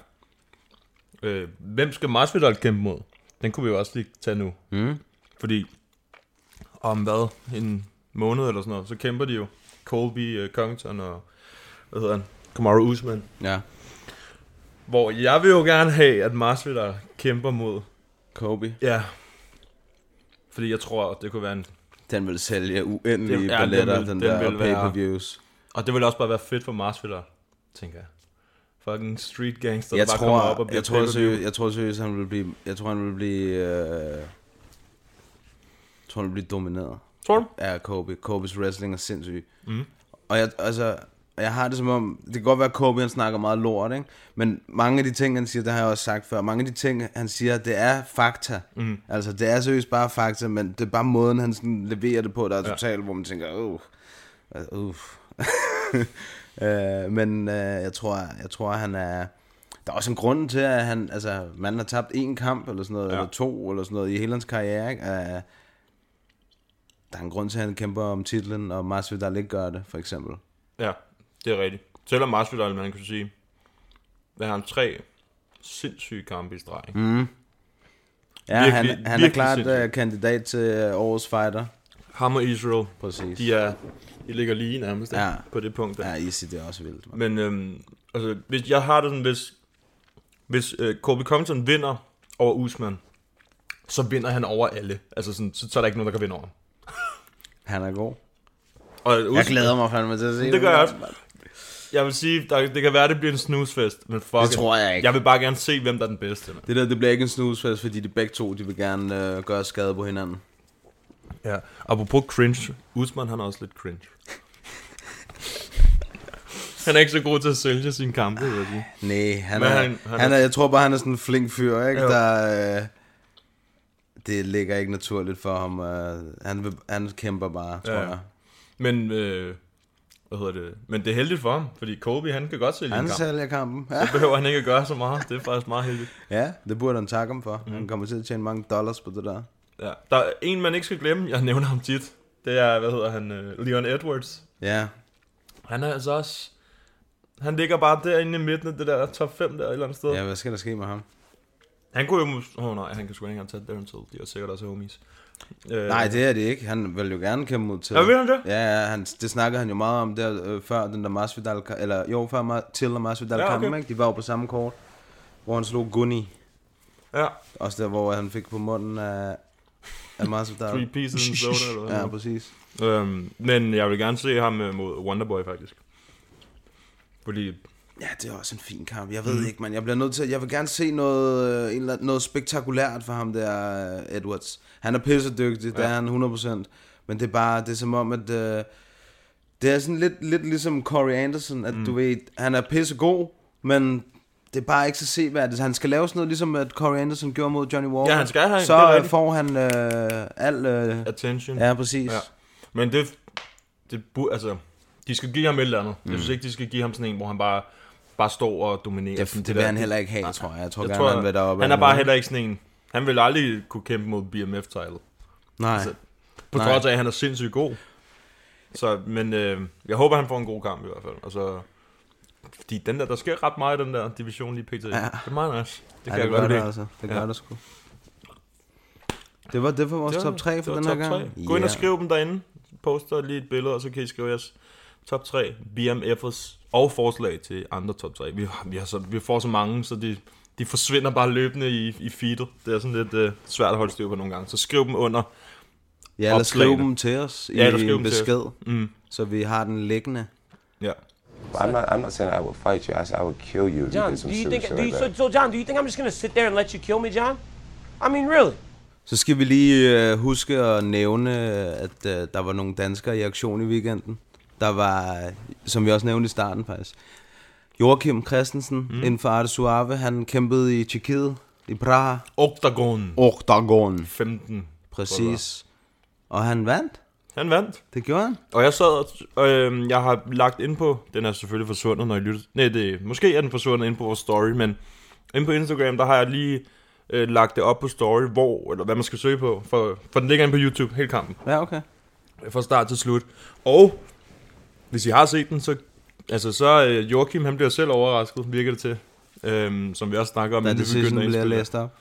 B: øh, hvem skal Masvidal kæmpe mod? Den kunne vi jo også lige tage nu.
C: Mm.
B: Fordi om hvad, en måned eller sådan noget, så kæmper de jo Colby, øh, Covington og, hvad hedder han, Kamaru Usman.
C: Ja.
B: Hvor jeg vil jo gerne have, at Masvidal kæmper mod,
C: Kobe.
B: ja, fordi jeg tror, det kunne være en
C: Den vil sælge
B: Det-
C: uendelige
B: ja,
C: ja,
B: den
C: billetter, den,
B: vil-
C: den,
B: den
C: der
B: vil
C: og
B: være-
C: pay-per-views.
B: Og det ville også bare være fedt for Marsfiller, tænker jeg. Fucking street gangster,
C: Jeg
B: der bare kommer
C: tror,
B: op og bliver
C: jeg tror,
B: pay-per-view.
C: seriøst, jeg tror seriøst, han vil blive, jeg tror, han vil blive, øh, jeg tror, han vil blive domineret.
B: Tror du?
C: Ja, Kobe. Kobe's wrestling er sindssyg.
B: Mm.
C: Og jeg, altså, jeg har det som om, det kan godt være, at Kobe han snakker meget lort, ikke? men mange af de ting, han siger, det har jeg også sagt før, mange af de ting, han siger, det er fakta.
B: Mm.
C: Altså, det er seriøst bare fakta, men det er bare måden, han sådan leverer det på, der er
B: Ja.
C: ja. totalt, hvor man tænker, uh, uh. *laughs* øh, men øh, jeg tror, jeg tror, han er... Der er også en grund til, at han, altså, manden har tabt én kamp, eller sådan noget,
B: Ja.
C: ja. eller to, eller sådan noget, i hele hans karriere, ikke? Øh, der er en grund til, at han kæmper om titlen, og Masvidal ikke gør det, for eksempel.
B: Ja, det er rigtigt. Selvom Masvidal, man kan sige, hvad har han tre sindssyge kampe i streg. ikke?
C: Mm. Ja,
B: Virkelig-
C: han, han er
B: virkelig
C: klart
B: sindssygt.
C: uh, kandidat til øh, årets fighter.
B: Ham og Israel,
C: Præcis.
B: de, er, de ligger lige nærmest
C: Ja.
B: ja. på det punkt. Der.
C: Ja, Easy, det er også vildt. Man.
B: Men øhm, altså, hvis jeg har det sådan, hvis, hvis øh, Kobe Compton vinder over Usman, så vinder han over alle. Altså sådan, så, så er der ikke nogen, der kan vinde over ham.
C: Han er god.
B: Og
C: Jeg
B: Usman-
C: glæder mig fandme til at se
B: Det gør jeg også. jeg vil sige, der, det kan være, det bliver en snusfest, men fuck
C: Det
B: it.
C: tror jeg ikke.
B: Jeg vil bare gerne se, hvem der er den bedste. Man.
C: Det der, det bliver ikke en snusfest, fordi de begge to, de vil gerne øh, gøre skade på hinanden.
B: Ja, apropos cringe. Usman, han er også lidt cringe. *laughs* han er ikke så god til at sælge sine kampe, vil jeg sige.
C: Nej, han,
B: Men
C: er, han, han, han er, jeg tror bare, han er sådan en flink fyr, ikke?
B: Jo.
C: Der, øh, det ligger ikke naturligt for ham. Øh, han, vil, han kæmper bare, tror
B: Ja.
C: jeg.
B: Men, øh, hvad hedder det? Men det er heldigt for ham, fordi Kobe, han kan godt sælge
C: Han
B: en kamp.
C: sælger kampen.
B: Så behøver han ikke at gøre så meget. Det er faktisk meget heldigt.
C: Ja, det burde han takke ham for.
B: Mhm.
C: Mm. Han kommer til at tjene mange dollars på det der.
B: Ja. Der er en, man ikke skal glemme. Jeg nævner ham tit. Det er, hvad hedder han? øh, Leon Edwards.
C: Ja,
B: Han er altså også... Han ligger bare derinde i midten af det der top 5 der et eller andet sted.
C: ja hvad skal der ske med ham?
B: Han kunne jo... mås- Åh oh, nej, han kan sgu ikke engang tage Darren Till. De er sikkert også homies. Øh,
C: Nej, det er det ikke. Han vil jo gerne kæmpe mod til.
B: Ja, vil han det?
C: Ja, ja, han, det snakkede han jo meget om der øh, før den der Masvidal, eller jo, før Ma- til og Masvidal
B: Ja,
C: ja,
B: okay.
C: okay. kampen, ikke? De var jo på samme kort, hvor han slog Gunny.
B: Ja.
C: Også der, hvor han fik på munden af, af Masvidal.
B: *laughs* Three pieces and soda, eller hvad?
C: Ja, præcis.
B: Øhm, men jeg vil gerne se ham øh, mod Wonderboy, faktisk. Fordi...
C: Ja, det er også en fin kamp. Jeg
B: Mhm.
C: ved mm. ikke, man. Jeg bliver nødt til, jeg vil gerne se noget, øh, en eller anden- noget spektakulært for ham der, øh, Edwards. Han er pissedygtig, ja. det er han 100%. Men det er bare, det er som om, at... Øh, det er sådan lidt, lidt ligesom Corey Anderson, at mm. du ved, han er pissegod, men det er bare ikke så seværdigt. Altså, Han skal lave sådan noget, ligesom at Corey Anderson gjorde mod Johnny Walker.
B: Ja, han skal have- det er
C: Så øh,
B: rigtigt.
C: får han øh, al... Øh,
B: Attention.
C: Ja, præcis.
B: Ja. Men det... det bu- altså, de skal give ham et eller andet. Mm. Jeg synes ikke, de skal give ham sådan en, hvor han bare, bare står og dominerer.
C: Det,
B: Sådan
C: det, det vil
B: der-
C: han heller ikke have, tror jeg. Jeg tror, jeg
B: Jeg
C: gerne, tror, han vil deroppe.
B: han er
C: af
B: bare
C: noget.
B: heller ikke sådan en... Han vil aldrig kunne kæmpe mod BMF-title.
C: Nej.
B: Altså, På
C: Nej.
B: trods af, at han er sindssygt god. Så, men øh, jeg håber, han får en god kamp i hvert fald. Altså, fordi den der, der sker ret meget i den der division lige pt. Ja. Det er meget nice. Det
C: Ja,
B: kan jeg
C: gør
B: godt
C: det,
B: lide.
C: altså. Det gør det sgu. Det var det for vores
B: Det var-
C: top 3 for
B: det var
C: den her
B: top
C: gang.
B: tre. Gå ind og skriv dem derinde. Poster lige et billede, og så kan I skrive jeres top 3 BMF'ers og forslag til andre top 3. Vi, har- vi, har så, vi får så mange, så de, de forsvinder bare løbende i, i feedet. Det er sådan lidt øh, svært at holde styr på nogle gange. Så skriv dem under
C: Ja, eller skriv
B: opslagene.
C: dem til os i
B: Ja, eller skriv
C: en
B: dem til os.
C: besked,
B: Mm.
C: så vi har den liggende.
B: Ja.
H: But I'm not. I'm not saying I would fight you. I said I would kill you. if you
I: John,
H: did some
I: do you
H: silly
I: think?
H: shit
I: Do you,
H: like
I: so,
H: that.
I: so, John, do you think I'm just gonna sit there and let you kill me, John? I mean, really?
C: Så skal vi lige øh, huske at nævne, at øh, der var nogle danskere i aktion i weekenden. Der var, øh, som vi også nævnte i starten faktisk, Joachim Christensen mm. inden for Arte Suave. Han kæmpede i Tjekkiet, i Praha.
B: Octagon.
C: Octagon.
B: 15.
C: Præcis. Og han vandt.
B: Han vandt.
C: Det gjorde han.
B: Og jeg sad og, og øh, jeg har lagt ind på, den er selvfølgelig forsvundet, når I lytter. Nej, det, måske er den forsvundet ind på vores story, men ind på Instagram, der har jeg lige øh, lagt det op på story, hvor, eller hvad man skal søge på, for, for den ligger inde på YouTube, hele kampen.
C: Ja, okay.
B: Fra start til slut. Og hvis I har set den, så, altså, så øh, Joachim, han bliver selv overrasket, virker det til. Øhm, som vi også snakker om,
C: Da
B: inden vi
C: Decision
B: begyndte at
C: bliver
B: indspille.
C: læst op.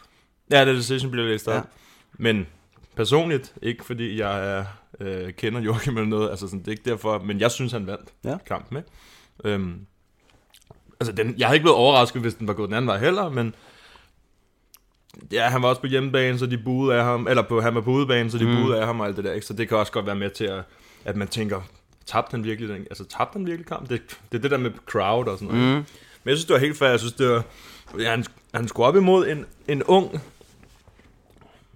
B: Ja, da Decision bliver læst op. Ja. Men personligt, ikke fordi jeg er, øh, kender Joachim eller noget, altså sådan, det er ikke derfor, men jeg synes, han vandt
C: ja.
B: kampen. Ikke? Øhm, altså, den, jeg har ikke blevet overrasket, hvis den var gået den anden vej heller, men ja, han var også på hjemmebane, så de buede af ham, eller på, han var på udebane, så de
C: Mm.
B: mm. buede af ham og alt det der, ikke? så det kan også godt være med til, at, at man tænker, tabte han virkelig den, altså tabte han virkelig kamp? Det, det er det der med crowd og sådan noget.
C: Mm.
B: ikke? Men jeg synes, det var helt fair, jeg synes, det var, ja, han, han skulle op imod en, en ung,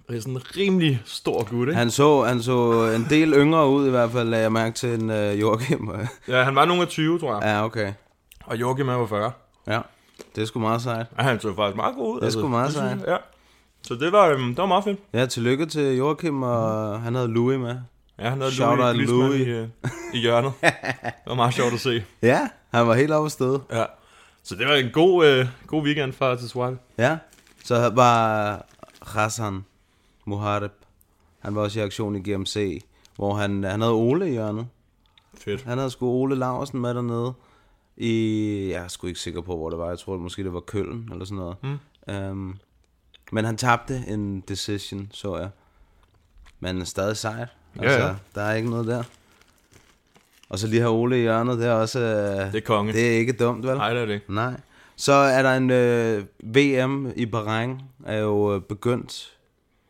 B: sådan en rimelig stor gut, ikke?
C: Han så, han så en del yngre ud i hvert fald, lagde jeg mærke til en
B: *laughs*
C: øh, Joachim.
B: Ja, han var nogen af 20, tror jeg.
C: ja, okay.
B: Og Joachim han var 40.
C: Ja, det er sgu meget sejt.
B: Ja, han så faktisk meget god ud. altså.
C: Det er sgu meget
B: det synes
C: sejt.
B: jeg, Ja. Så det var, øhm, det var meget fedt.
C: Ja, tillykke til Joachim, og han havde Louis med.
B: Ja, han havde
C: Shout out
B: Louis, Louis. I, øh, i
C: *laughs*
B: hjørnet. det var meget sjovt at se.
C: Ja, han var helt oppe af sted.
B: Ja. Så det var en god, øh, god weekend fra til Swipe.
C: Ja, så var Hassan Muharib. Han var også i aktion i GMC, hvor han, han havde Ole i hjørnet.
B: Fedt.
C: Han havde sgu Ole Larsen med dernede. I, jeg er sgu ikke sikker på, hvor det var. Jeg tror måske, det var Køln eller sådan noget. Mm. Um, men han tabte en decision, så jeg. Men stadig sejt.
B: Ja,
C: Altså,
B: ja.
C: Der er ikke noget der. Og så lige her Ole i hjørnet, det er også... Øh, det
B: er konge.
C: Det er ikke dumt, vel?
B: Nej, det er det ikke.
C: Nej. Så er der en øh, VM i Bahrain, er jo øh, begyndt,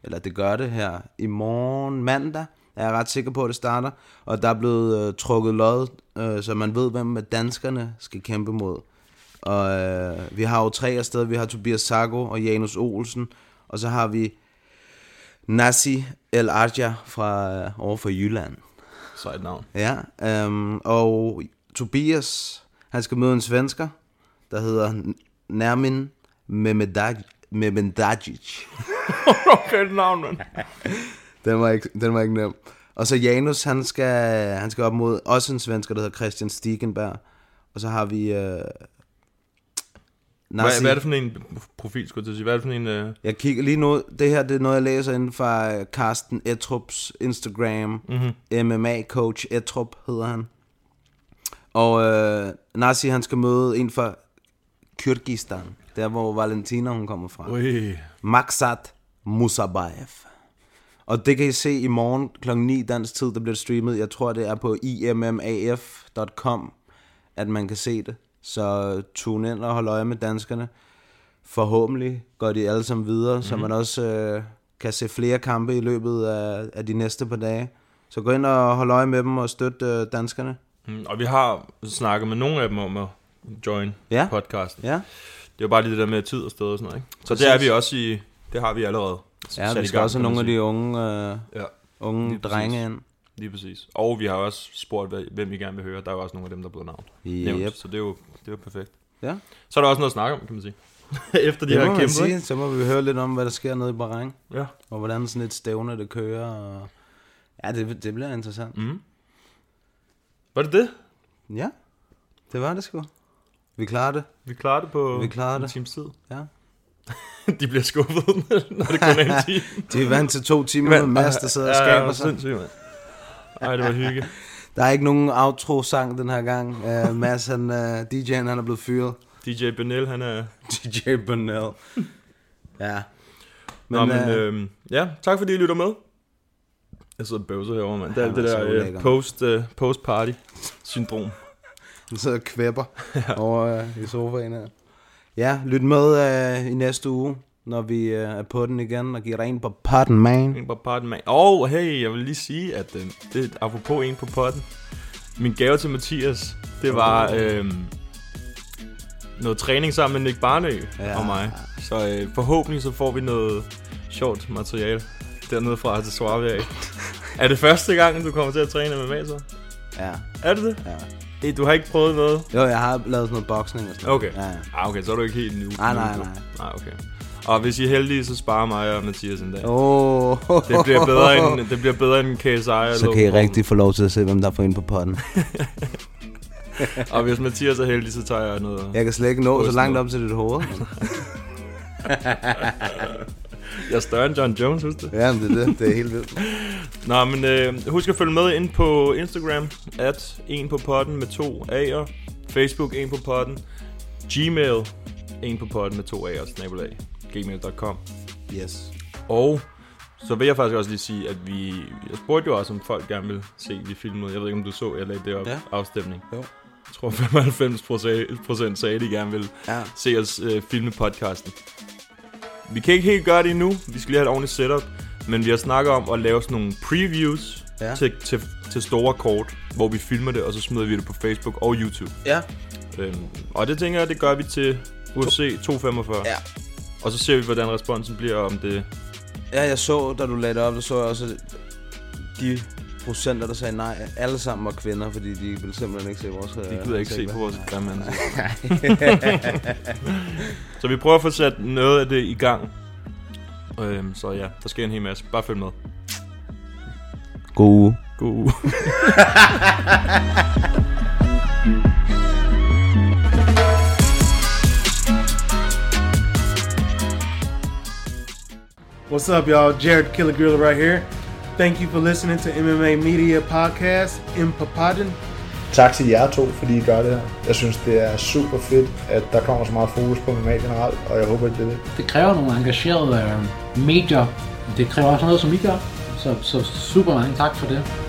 C: eller det gør det her, i morgen mandag, er jeg ret sikker på, at det starter. Og der er blevet øh, trukket lod, øh, så man ved, hvem at danskerne skal kæmpe mod. Og øh, vi har jo tre afsted. Vi har Tobias Sago og Janus Olsen. Og så har vi Nasi El Arja fra, øh, over for Jylland.
B: Sejt navn.
C: Ja, øhm, og Tobias, han skal møde en svensker, der hedder N- Nermin Memedag- Memendagic.
B: okay, navn, mand.
C: *laughs* den, var ikke, den var ikke nem. Og så Janus, han skal, han skal op mod også en svensker, der hedder Christian Stigenberg. Og så har vi... Øh,
B: Hvad, hvad er det for en profil, skulle jeg til at sige? Hvad er det for en... Øh...
C: Jeg kigger lige nu. Det her det er noget, jeg læser inden fra øh, Carsten Etrups Instagram.
B: Mhm.
C: Mm-hmm. MMA-coach Etrup hedder han. Og øh, Nasi, han skal møde en fra Kyrgyzstan. Der, hvor Valentina hun kommer fra.
B: Ui.
C: Øh. Maksat Musabayev. Og det kan I se i morgen kl. 9 dansk tid, der bliver det streamet. Jeg tror, det er på immaf.com, at man kan se det. Så tune ind og hold øje med danskerne. Forhåbentlig går de alle sammen videre, mm-hmm. så
B: Mhm.
C: man også øh, kan se flere kampe i løbet af, af de næste par dage. Så gå ind og hold øje med dem og støt øh, danskerne.
B: Mm, Og vi har snakket med nogle af dem om at join
C: Ja.
B: podcasten.
C: Ja.
B: Det er jo bare lige det der med tid og sted og sådan noget, ikke? Så
C: Præcis.
B: det er vi også i... Det har vi allerede.
C: Ja,
B: sat
C: vi
B: i
C: skal
B: gang,
C: også have
B: kan man
C: nogle af
B: sige.
C: de unge, øh, ja. unge
B: Lige præcis.
C: drenge ind.
B: Lige præcis. Og vi har også spurgt, hvad- hvem I gerne vil høre. Der er jo også nogle af dem, der er blevet navn.
C: Yep.
B: Nævnt, så det er jo det er jo perfekt.
C: Ja.
B: Så er der også noget at snakke om, kan man sige. *laughs* Efter de
C: det
B: har
C: må man
B: kæmpet.
C: sige.
B: Sige.
C: Så må vi høre lidt om, hvad der sker nede i Bahrain.
B: Ja.
C: Og hvordan sådan et stævne, det kører. Og... Ja, det, det bliver interessant.
B: Mm. Var det det?
C: Ja, det var det sgu. Vi klarer det.
B: Vi klarer det på
C: Vi klarer
B: en
C: det.
B: times tid.
C: Ja.
B: *laughs* de bliver skuffet, *laughs* når det kun er en time.
C: De er vant til to
B: *laughs*
C: timer med Mads, *laughs* der sidder og
B: Ja, ja,
C: skaber sig.
B: sindssygt, mand. Ej, det var hygge.
C: Der er ikke nogen outro-sang den her gang. Uh, Mads, han, uh, DJ'en, han er blevet
B: *laughs*
C: fyret.
B: DJ Benel, han er...
C: DJ Benel. Ja.
B: Men, Nå, men øh, ja, tak fordi I lytter med. Jeg sidder og bøvser herovre, mand. Det er
C: Ja,
B: alt det
C: man er
B: der
C: så
B: øh,
C: ulækker.
B: post, øh, post-party-syndrom.
C: Han sidder og
B: *laughs*
C: kvæpper ja. over øh, i sofaen her. Ja, lyt med øh, i næste uge, når vi øh, er på den igen og giver dig en på potten, man.
B: En på potten, man. Og hey, jeg vil lige sige, at øh, det er apropos en på potten. Min gave til Mathias, det var øh, noget træning sammen med Nick Barnø ja. og mig. Så øh, forhåbentlig så får vi noget sjovt materiale dernede fra til Suave
C: *laughs*
B: af. er det første gang, du kommer til at træne med så?
C: Ja.
B: Er det det? Ja. Du har ikke prøvet noget?
C: Jo, jeg har lavet sådan noget boksning og sådan
B: Okay.
C: noget. Ja.
B: Ah, okay, så er du ikke helt nu.
C: Nej, nej, nej.
B: Nej, Ah, okay. Og hvis I er heldige, så sparer mig og Mathias en dag.
C: Åh.
B: Det bliver bedre end, det bliver bedre end KSI. og
C: *laughs* Så kan I
B: Logan Paul.
C: rigtig få lov til at se, hvem der får ind på potten.
B: og hvis Mathias er heldig, så tager jeg noget.
C: Jeg kan slet ikke nå så
B: Ost
C: langt
B: med.
C: op til dit hoved.
B: Jeg er større end John Jones, husk det.
C: *laughs* Ja, men det er det. Det er helt vildt.
B: Nå, men øh, husk at følge med ind på Instagram, at en på potten med to A'er, Facebook en på potten, Gmail en på potten med to A'er, snabelag, gmail.com.
C: Yes.
B: Og så vil jeg faktisk også lige sige, at vi... Jeg spurgte jo også, om folk gerne ville se, vi filmede. Jeg ved ikke, om du så, jeg lagde det op,
C: Ja.
B: ja. afstemning.
C: Jo.
B: Jeg tror, *laughs* 95 procent sagde, at de gerne ville
C: Ja.
B: ja. se os øh, filme podcasten. Vi kan ikke helt gøre det endnu. Vi skal lige have et ordentligt setup. Men vi har snakket om at lave sådan nogle previews
C: Ja.
B: ja. til, til, til store kort, hvor vi filmer det, og så smider vi det på Facebook og YouTube.
C: Ja.
B: Øhm, og det tænker jeg, det gør vi til UFC 245.
C: Ja.
B: Og så ser vi, hvordan responsen bliver, og om det
C: Ja, jeg så, da du lagde det op, der så jeg også at de procenter, der sagde nej, alle sammen var kvinder, fordi de ville simpelthen ikke se vores... øh,
B: De gider ikke se på vores grimme *laughs*
C: ansigt.
B: Så vi prøver at få sat noget af det i gang. Øhm, så ja, der sker en hel masse. Bare følg med.
C: God uge.
B: God uge.
J: What's up, y'all? Jared Killigreeler right here. Thank you for listening to MMA Media Podcast in Papadon.
K: Tak til jer to, fordi I gør det her. Jeg synes, det er super fedt, at der kommer så meget fokus på MMA generelt, og jeg håber, at det er det.
L: Det kræver nogle engagerede øh, medier. Det kræver også noget, som I gør. Så, så super mange tak for det.